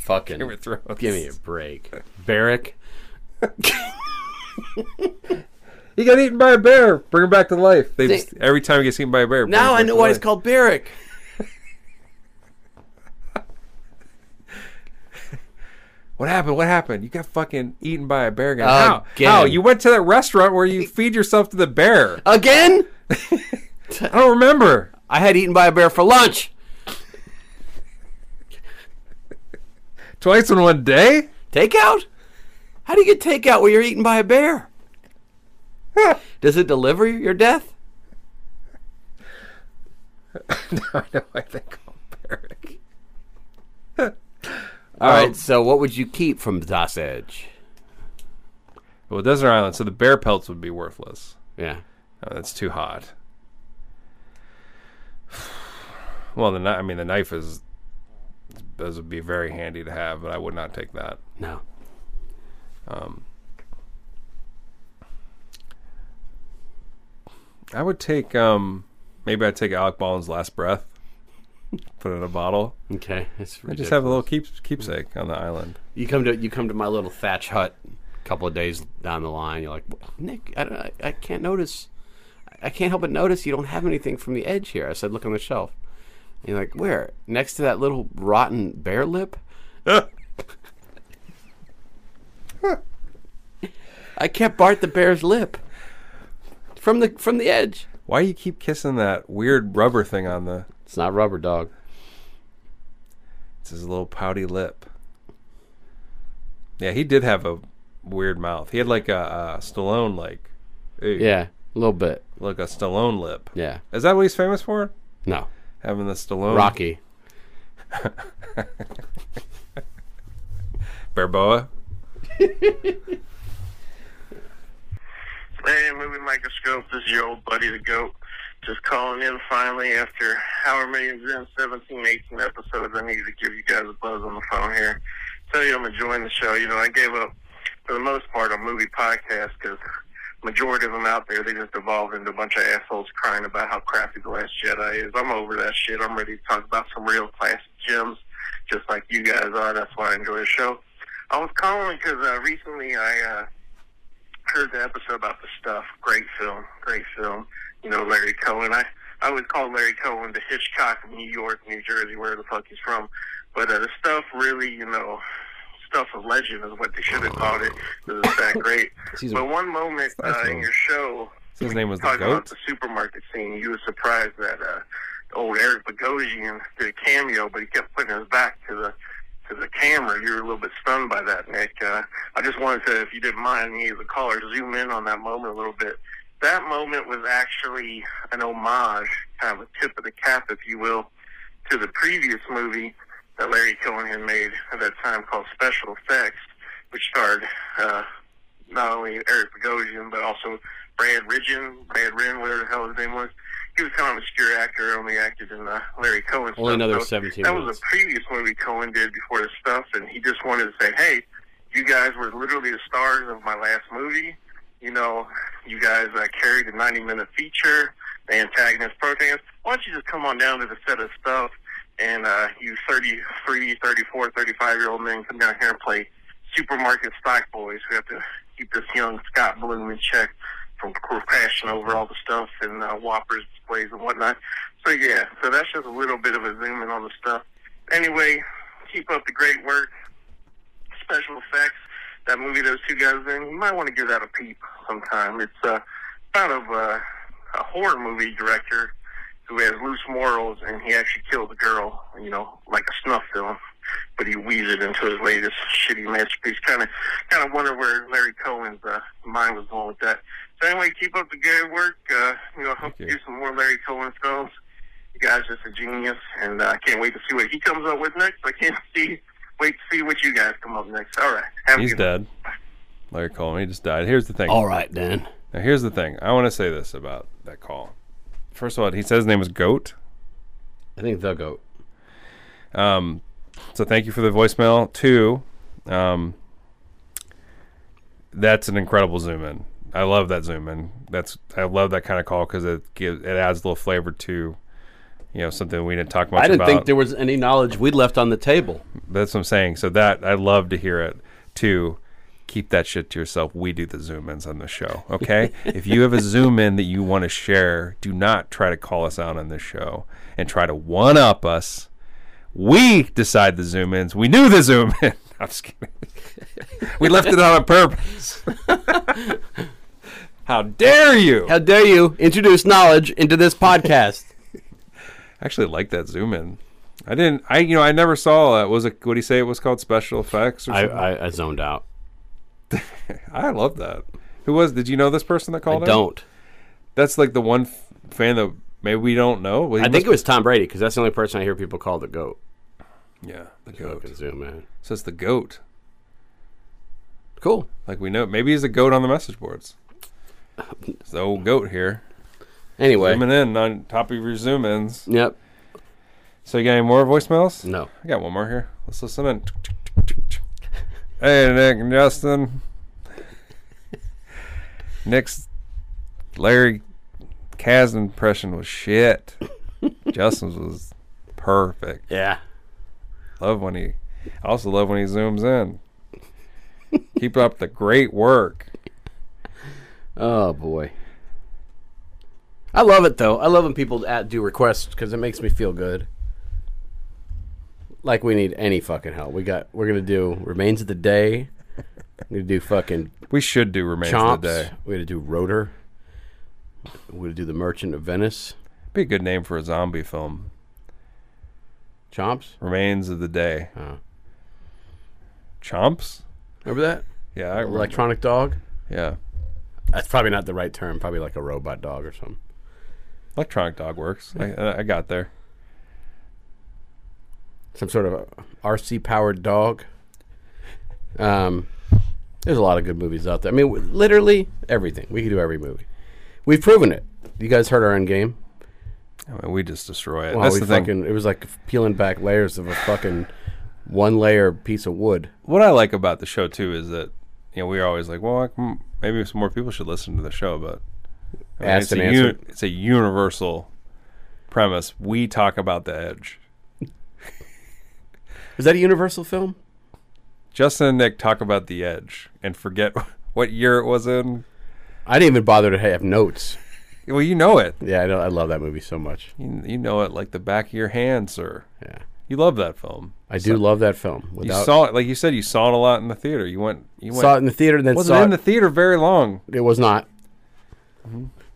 S3: fucking
S4: [LAUGHS] Game of [LAUGHS] Thrones.
S3: give me a break, Barrick.
S4: [LAUGHS] He got eaten by a bear. Bring him back to life. They
S3: They-
S4: just, every time he gets eaten by a bear. bring him
S3: Now I
S4: back
S3: know
S4: to
S3: why
S4: life.
S3: it's called Barrick.
S4: What happened? What happened? You got fucking eaten by a bear again.
S3: Again.
S4: How? How? You went to that restaurant where
S3: [LAUGHS]
S4: you feed yourself to the bear.
S3: Again?
S4: I don't remember.
S3: I had eaten by a bear for lunch.
S4: Twice in one day? [LAUGHS]
S3: Takeout? How do you get takeout when you're eaten by a
S4: [LAUGHS]
S3: bear? Does it deliver your death?
S4: I know. I think I'm Barrick.
S3: All right. So, what would you keep from Das Edge?
S4: Well, desert island. So the bear pelts would be worthless.
S3: Yeah.
S4: Oh, that's too hot. [SIGHS] Well, the kni- I mean the knife is those would be very handy to have, but I would not take that.
S3: No.
S4: I would take um maybe I'd take Alec Baldwin's last breath, [LAUGHS] put it in a bottle.
S3: Okay. It's
S4: I
S3: ridiculous.
S4: just have a little keep, keepsake on the island.
S3: you come to you come to my little thatch hut. A couple of days down the line, you're like, Nick, I, don't, I, I can't notice. I can't help but notice you don't have anything from the edge here. I said, look on the shelf. And you're like, where? Next to that little rotten bear lip? [LAUGHS] I can't bart the bear's lip from the from the edge.
S4: Why do you keep kissing that weird rubber thing on the?
S3: It's not rubber, dog.
S4: It's his little pouty lip. Yeah, he did have a weird mouth. He had like a, a Stallone like,
S3: Yeah, a little bit.
S4: like a Stallone lip.
S3: Yeah,
S4: Is that what he's famous for?
S3: no,
S4: Having the
S3: Oh.
S4: Stallone
S3: Rocky.
S4: Barboa.
S5: Larry and Movie Microscope, this is your old buddy the GOAT. Just calling in finally after however many is in, 17, 18 episodes. I need to give you guys a buzz on the phone here. Tell you I'm enjoying the show. You know, I gave up, for the most part, on movie podcasts because majority of them out there, they just evolved into a bunch of assholes crying about how crappy The Last Jedi is. I'm over that shit. I'm ready to talk about some real classic gems, just like you guys are. That's why I enjoy the show. I was calling because uh, recently I... Uh, heard the episode about the stuff. Great film, great film. You know, Larry Cohen. I I would call Larry Cohen the Hitchcock of New York, New Jersey, where the fuck he's from. But uh, the stuff really, you know, stuff of legend is what they should have called it. It was that great.
S3: Excuse me.
S5: but one moment
S4: Nice
S5: uh, in
S4: moment.
S5: your show,
S4: His name was the
S5: talking about
S4: goat.
S5: the supermarket scene, you were surprised that uh, old Eric Bogosian did a cameo, but he kept putting his back to the to the camera. You were a little bit stunned by that, Nick. Uh, I just wanted to, if you didn't mind, any of the callers, zoom in on that moment a little bit. That moment was actually an homage, kind of a tip of the cap, if you will, to the previous movie that Larry Cohen had made at that time called Special Effects, which starred uh, not only Eric Bogosian but also Brad Ridgen, Brad Wren, whatever the hell his name was. He was kind of an obscure actor, only acted in uh, Larry Cohen.
S3: Only
S5: stuff.
S3: another
S5: So
S3: 17
S5: That
S3: minutes.
S5: was a previous movie Cohen did before the stuff, and he just wanted to say, "Hey, you guys were literally the stars of my last movie. You know, you guys uh, carried a 90-minute feature, the antagonist, protagonist. Why don't you just come on down to the set of stuff?" and uh, you 33, 34, 35 year old men come down here and play supermarket stock boys. We have to keep this young Scott Bloom in check from crashing over all the stuff and uh, Whoppers displays and whatnot. So, yeah, so that's just a little bit of a zoom in on the stuff. Anyway, keep up the great work. Special effects, that movie those two guys are in, you might want to give that a peep sometime. It's uh, kind of uh, a horror movie director who has loose morals and he actually killed a girl, you know, like a snuff film. But he weaves it into his latest shitty masterpiece. Kind of, kind of wonder where Larry Cohen's uh, mind was going with that. So anyway, keep up the good work. Uh, you know, hope
S4: you.
S5: to do some more Larry Cohen films. You guys just a genius, and uh, I can't wait to see what he comes up with next. I can't [LAUGHS] see, wait to see what you guys come up next. All right, have
S4: He's
S5: a good one.
S4: dead. Larry Coleman. He just died. Here's the thing.
S3: All right, Dan.
S4: Now, here's the thing. I want to say this about that call. First of all, he says his name was Goat.
S3: I think the goat.
S4: Um, so thank you for the voicemail. Two, um, that's an incredible zoom in. I love that zoom in. That's I love that kind of call because it gives it adds a little flavor to, you know, something we didn't talk much.
S3: I didn't
S4: about.
S3: think there was any knowledge we'd left on the table.
S4: That's what I'm saying. So that I love to hear it. Two, keep that shit to yourself. We do the zoom ins on the show, okay? if you have a zoom in that you want to share, do not try to call us out on this show and try to one up us. We decide the zoom ins. We knew the zoom [LAUGHS] in. I'm just kidding. we left it on purpose. How dare you?
S3: How dare you introduce knowledge into this podcast?
S4: I actually like that zoom in. I didn't. I you know I never saw that. Was it? What do you say it was called? Special effects? Or
S3: I,
S4: something?
S3: I, I zoned out.
S4: I love that. Who was? Did you know this person that
S3: I
S4: called? in?
S3: don't.
S4: That's like the one f- fan that maybe we don't know. Well, he
S3: I
S4: must-
S3: think it was Tom Brady because that's the only person I hear people call the goat.
S4: yeah, the
S3: Fucking
S4: goat.
S3: Zoom in.
S4: So it's the goat.
S3: Cool.
S4: Like we know, maybe he's the goat on the message boards. It's the old goat here,
S3: Anyway.
S4: zooming in on top of your zoom ins.
S3: Yep.
S4: So you got any more voicemails?
S3: No.
S4: I got one more here. Let's listen in. Hey, Nick and Justin. Nick's Larry Kaz impression was shit. Justin's was perfect.
S3: Yeah.
S4: Love when he. I also love when he zooms in. Keep up the great work.
S3: Oh boy. I love it though. I love when people at do requests because it makes me feel good. Like we need any fucking help. We got. We're gonna do remains of the day. We're gonna do fucking
S4: We should do remains
S3: chomps.
S4: of the day.
S3: We're gonna do rotor. We're gonna do the Merchant of Venice.
S4: Be a good name for a zombie film.
S3: Chomps.
S4: Remains of the day.
S3: Oh.
S4: Chomps.
S3: Remember that
S4: Yeah, I remember.
S3: electronic dog?
S4: Yeah,
S3: That's probably not the right term. Probably like a robot dog or something.
S4: electronic dog works. I, I got there.
S3: some sort of RC powered dog. Um, there's a lot of good movies out there. I mean, w- literally everything. We could do every movie. We've proven it. You guys heard our end game.
S4: I mean, we just destroy it.
S3: Wow,
S4: That's
S3: we
S4: the thing.
S3: fucking, It was like peeling back layers of a fucking one layer piece of wood.
S4: What I like about the show too is that you know we're always like, well, hmm, maybe some more people should listen to the show, but I mean,
S3: Asked
S4: it's, a
S3: and
S4: uni-
S3: answered.
S4: it's a universal premise. We talk about the edge.
S3: Is that a Universal film?
S4: Justin and Nick talk about the edge and forget [LAUGHS] what year it was in.
S3: I didn't even bother to have notes.
S4: Well, you know it.
S3: Yeah, I, know, I love that movie so much.
S4: You, you know it like the back of your hand, sir.
S3: Yeah,
S4: You love that film.
S3: I do love that film.
S4: You
S3: Without,
S4: saw it, like you said, you saw it a lot in the theater. You went, you went.
S3: saw it in the theater, and then
S4: wasn't
S3: saw
S4: in Mm-hmm.
S3: it-
S4: the theater very long.
S3: It was not.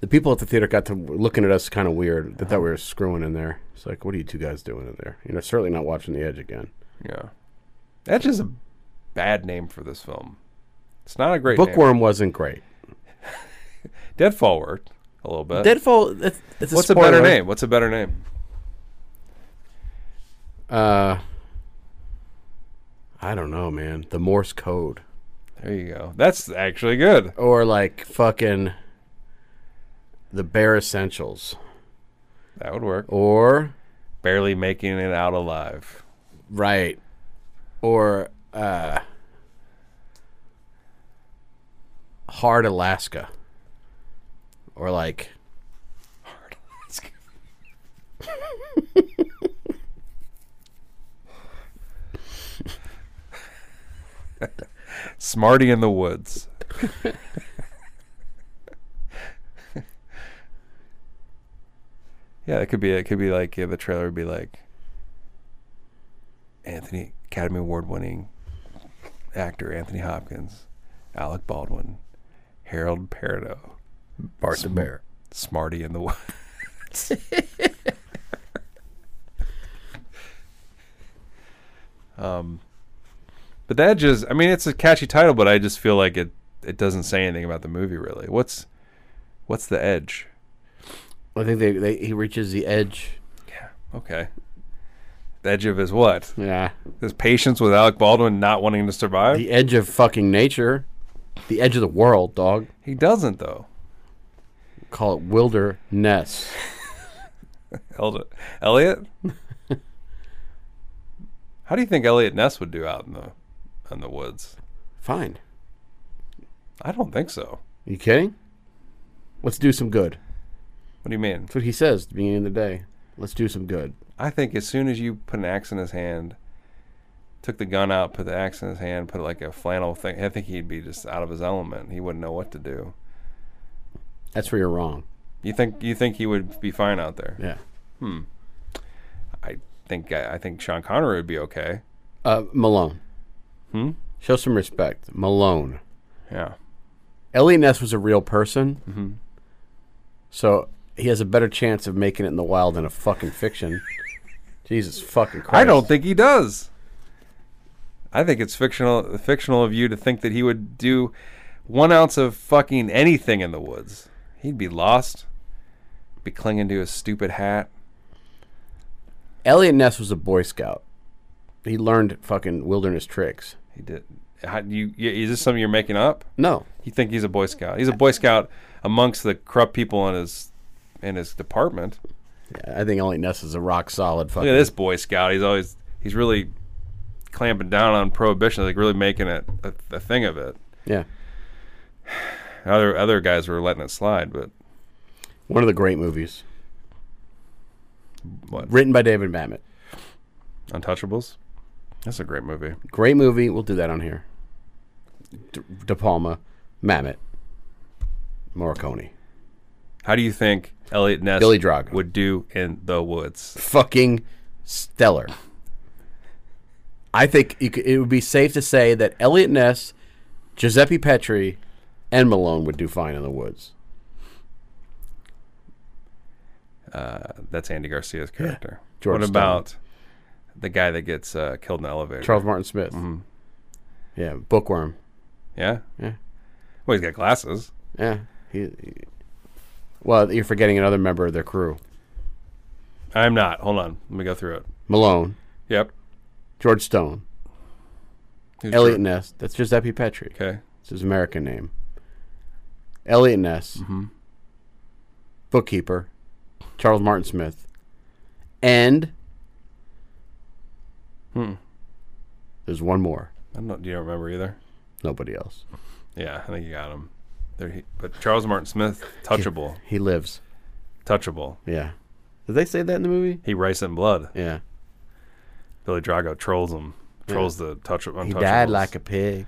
S3: The people at the theater got to looking at us kind of weird. They thought we were screwing in there. It's like, what are you two guys doing in there? You know, certainly not watching The Edge again.
S4: Yeah, that's just a bad name for this film. It's not a great name.
S3: Bookworm wasn't great.
S4: Deadfall worked a little bit.
S3: Deadfall. That's, that's
S4: Uh, What's a better name? What's a better name?
S3: Uh, I don't know, man. The Morse code,
S4: There you go. That's actually good.
S3: or like fucking the Bare Essentials,
S4: That would work.
S3: or
S4: Barely making it out alive.
S3: right, or uh, Hard Alaska, or like.
S4: Smarty in the woods. [LAUGHS] yeah, it could be. It could be like yeah, the trailer would be like Anthony Academy Award winning actor Anthony Hopkins, Alec Baldwin, Harold Perrineau, Bart the Bear, Smarty in the woods. [LAUGHS] But that just I mean it's a catchy title, but I just feel like it it doesn't say anything about the movie really. What's what's the edge?
S3: I think they, they he reaches the edge.
S4: Okay. The edge of his what?
S3: Yeah.
S4: His patience with Alec Baldwin not wanting to survive?
S3: The edge of fucking nature. The edge of the world, dog.
S4: he doesn't though.
S3: Call it wilderness.
S4: Eld- Elliot? How do you think Elliot Ness would do out in the in the woods?
S3: Fine.
S4: I don't think so.
S3: You kidding? Let's do some good.
S4: What do you mean?
S3: That's what he says at the beginning of the day. Let's do some good.
S4: I think as soon as you put an axe in his hand took the gun out, put the axe in his hand, put like a flannel thing. I think he'd be just out of his element. He wouldn't know what to do.
S3: That's where you're wrong.
S4: You think you think he would be fine out there?
S3: Yeah.
S4: I think I, I think Sean Connery would be okay.
S3: Uh, Malone. Hmm? Show some respect. Malone.
S4: Yeah.
S3: Elliot Ness was a real person.
S4: Mm-hmm.
S3: So he has a better chance of making it in the wild than a fucking fiction. Jesus fucking Christ.
S4: I don't think he does. I think it's fictional fictional of you to think that he would do one ounce of fucking anything in the woods. He'd be lost, be clinging to his stupid hat.
S3: Elliot Ness was a Boy Scout. He learned fucking wilderness tricks.
S4: He did. How, do you, y- is this something you're making up?
S3: No.
S4: You think he's a Boy Scout? He's a Boy Scout amongst the corrupt people in his in his department.
S3: I think Elliot Ness is a rock solid fucking.
S4: Look at this Boy Scout. He's always he's really clamping down on prohibition, like really making it a, a thing of it.
S3: Yeah.
S4: Other other guys were letting it slide, but
S3: One of the great movies.
S4: what?
S3: Written by David Mamet.
S4: Untouchables. That's a great movie.
S3: Great movie. We'll do that on here. D- De Palma, Mamet, Morricone.
S4: How do you think Elliot Ness
S3: Billy Drago.
S4: would do in the woods?
S3: Fucking stellar. I think you could, it would be safe to say that Elliot Ness, Giuseppe Petri, and Malone would do fine in the woods.
S4: That's Andy Garcia's character.
S3: George
S4: what
S3: Stein.
S4: about the guy that gets uh, killed in the elevator?
S3: Charles Martin Smith. Yeah, bookworm.
S4: Yeah.
S3: Yeah.
S4: Well, he's got glasses.
S3: Yeah. He, he- well, you're forgetting another member of their crew.
S4: I'm not. Hold on. Let me go through it.
S3: Malone,
S4: Yep.
S3: George Stone,
S4: Who's
S3: Elliot
S4: George-
S3: Ness. That's Giuseppe Petri.
S4: Okay.
S3: It's his American name. Elliot Ness, bookkeeper, Charles Martin Smith, and Hmm. there's one more.
S4: I don't. You don't remember either.
S3: Nobody else.
S4: Yeah, I think you got him. There, he, but Charles Martin Smith, touchable,
S3: He lives.
S4: touchable.
S3: Yeah. Did they say that in the movie?
S4: He writes in blood.
S3: Yeah.
S4: Billy Drago trolls him, trolls the touch. Untouchables.
S3: He died like a pig.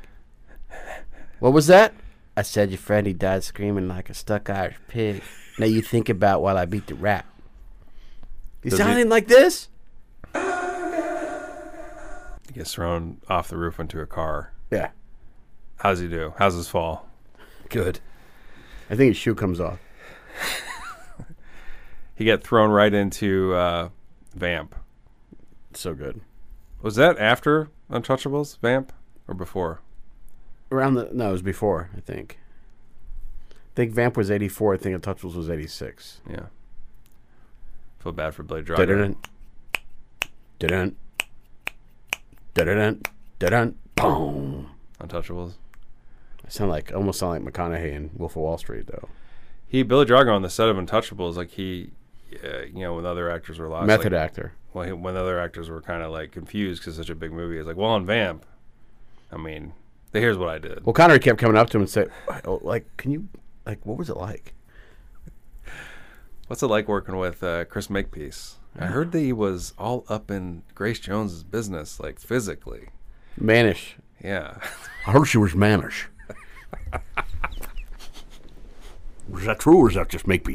S3: What was that? I said your friend he died screaming like a stuck Irish pig. Now you think about while I beat the rap. You
S4: Does he-
S3: sounding like this?
S4: He gets thrown off the roof into a car.
S3: Yeah.
S4: How's he do? How's his fall?
S3: Good. I think his shoe comes off.
S4: He got thrown right into uh, Vamp.
S3: So good.
S4: Was that after Untouchables, Vamp, or before?
S3: Around the no, it was before, I think. I think Vamp was eighty four, I think Untouchables was eighty six.
S4: Yeah. Feel bad for Billy Drago.
S3: Dun dun dun dun boom.
S4: Untouchables.
S3: I sound like almost sound like McConaughey and Wolf of Wall Street though.
S4: He Billy Drago on the set of Untouchables, like he, uh, you know, when other actors were lost,
S3: Method
S4: like,
S3: actor.
S4: well, he- when other actors were kind of like confused because such a big movie. It's like, well, on Vamp, I mean, here's what I did.
S3: Well, Connery kept coming up to him and said, "Oh, "Like, can you? Like, what was it like?"
S4: What's it like working with uh, Chris Makepeace? I heard that he was all up in Grace Jones's business, like physically.
S3: Manish.
S4: Yeah, [LAUGHS]
S2: I heard she was
S3: [LAUGHS]
S2: mannish. was that true or is that just make me?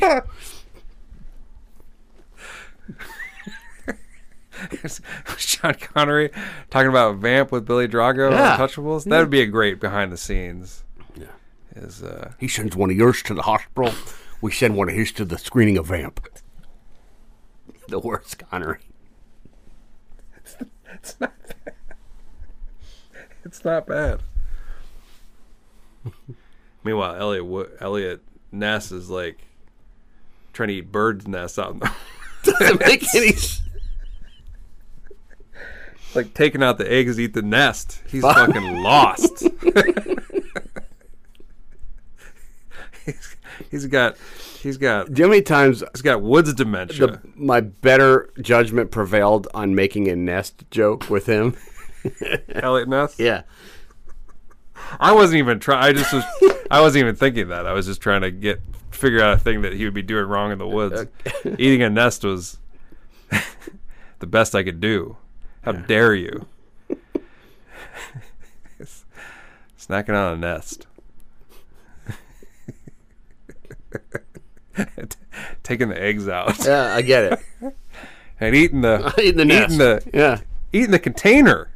S4: [LAUGHS] Sean Connery talking about Vamp with Billy Drago,
S2: Yeah.
S4: on Untouchables. That would be a great behind the scenes. Yeah, is uh,
S2: He sends one of yours to the hospital. We send one of his to the screening of Vamp. The worst Connery. [LAUGHS]
S4: It's not bad. [LAUGHS] Meanwhile, Elliot Wo- Elliot Ness is like trying to eat birds' nests out, in the- [LAUGHS]
S2: Doesn't make any s-
S4: like taking out the eggs to eat the nest. He's fucking lost. [LAUGHS] he's, he's got he's
S3: Do
S4: got
S3: you know how many times
S4: he's got Woods dementia.
S3: the, my better judgment prevailed on making a nest joke with
S2: [LAUGHS]
S3: him?
S4: Elliot Ness.
S3: yeah.
S4: I wasn't even trying. I just was. I wasn't even thinking that. I was just trying to get figure out a thing that he would be doing wrong in the woods. [LAUGHS] Eating a nest [LAUGHS] was the best I could do. How dare you? [LAUGHS] Snacking on a nest. [LAUGHS] T- Taking the eggs out
S6: Yeah, I get
S2: [LAUGHS]
S6: it.
S4: and eating
S3: [LAUGHS]
S4: the
S3: in the nest.
S4: eating the
S3: yeah.
S4: eating the container.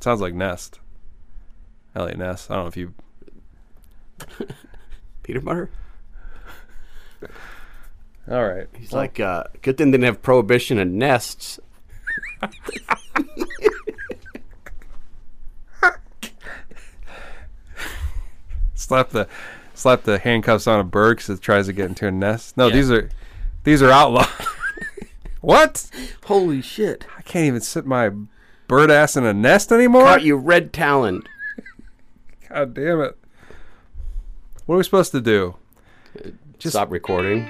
S4: Sounds like Nest. Elliot Nest. I don't know if you
S3: Peanut butter?
S4: All right.
S3: It's like, uh, good thing they didn't have prohibition and nests.
S4: slap the slap the handcuffs on a bird because it tries to get into a nest. No, these are these are outlawed. [LAUGHS] what?
S3: Holy shit.
S4: I can't even sit my bird ass in a nest anymore.
S3: Caught you red talon.
S4: God damn it! What are we supposed to do?
S6: Stop recording.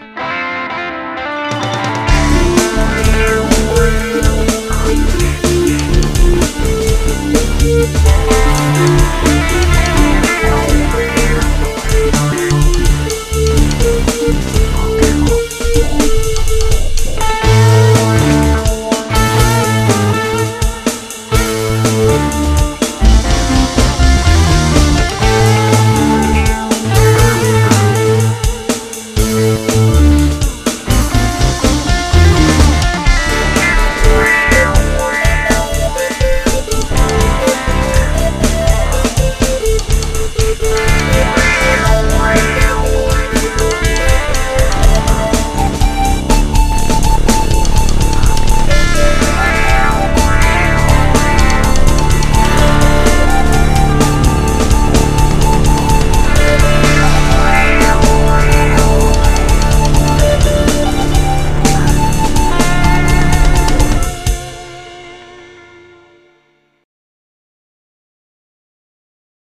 S7: Thank you.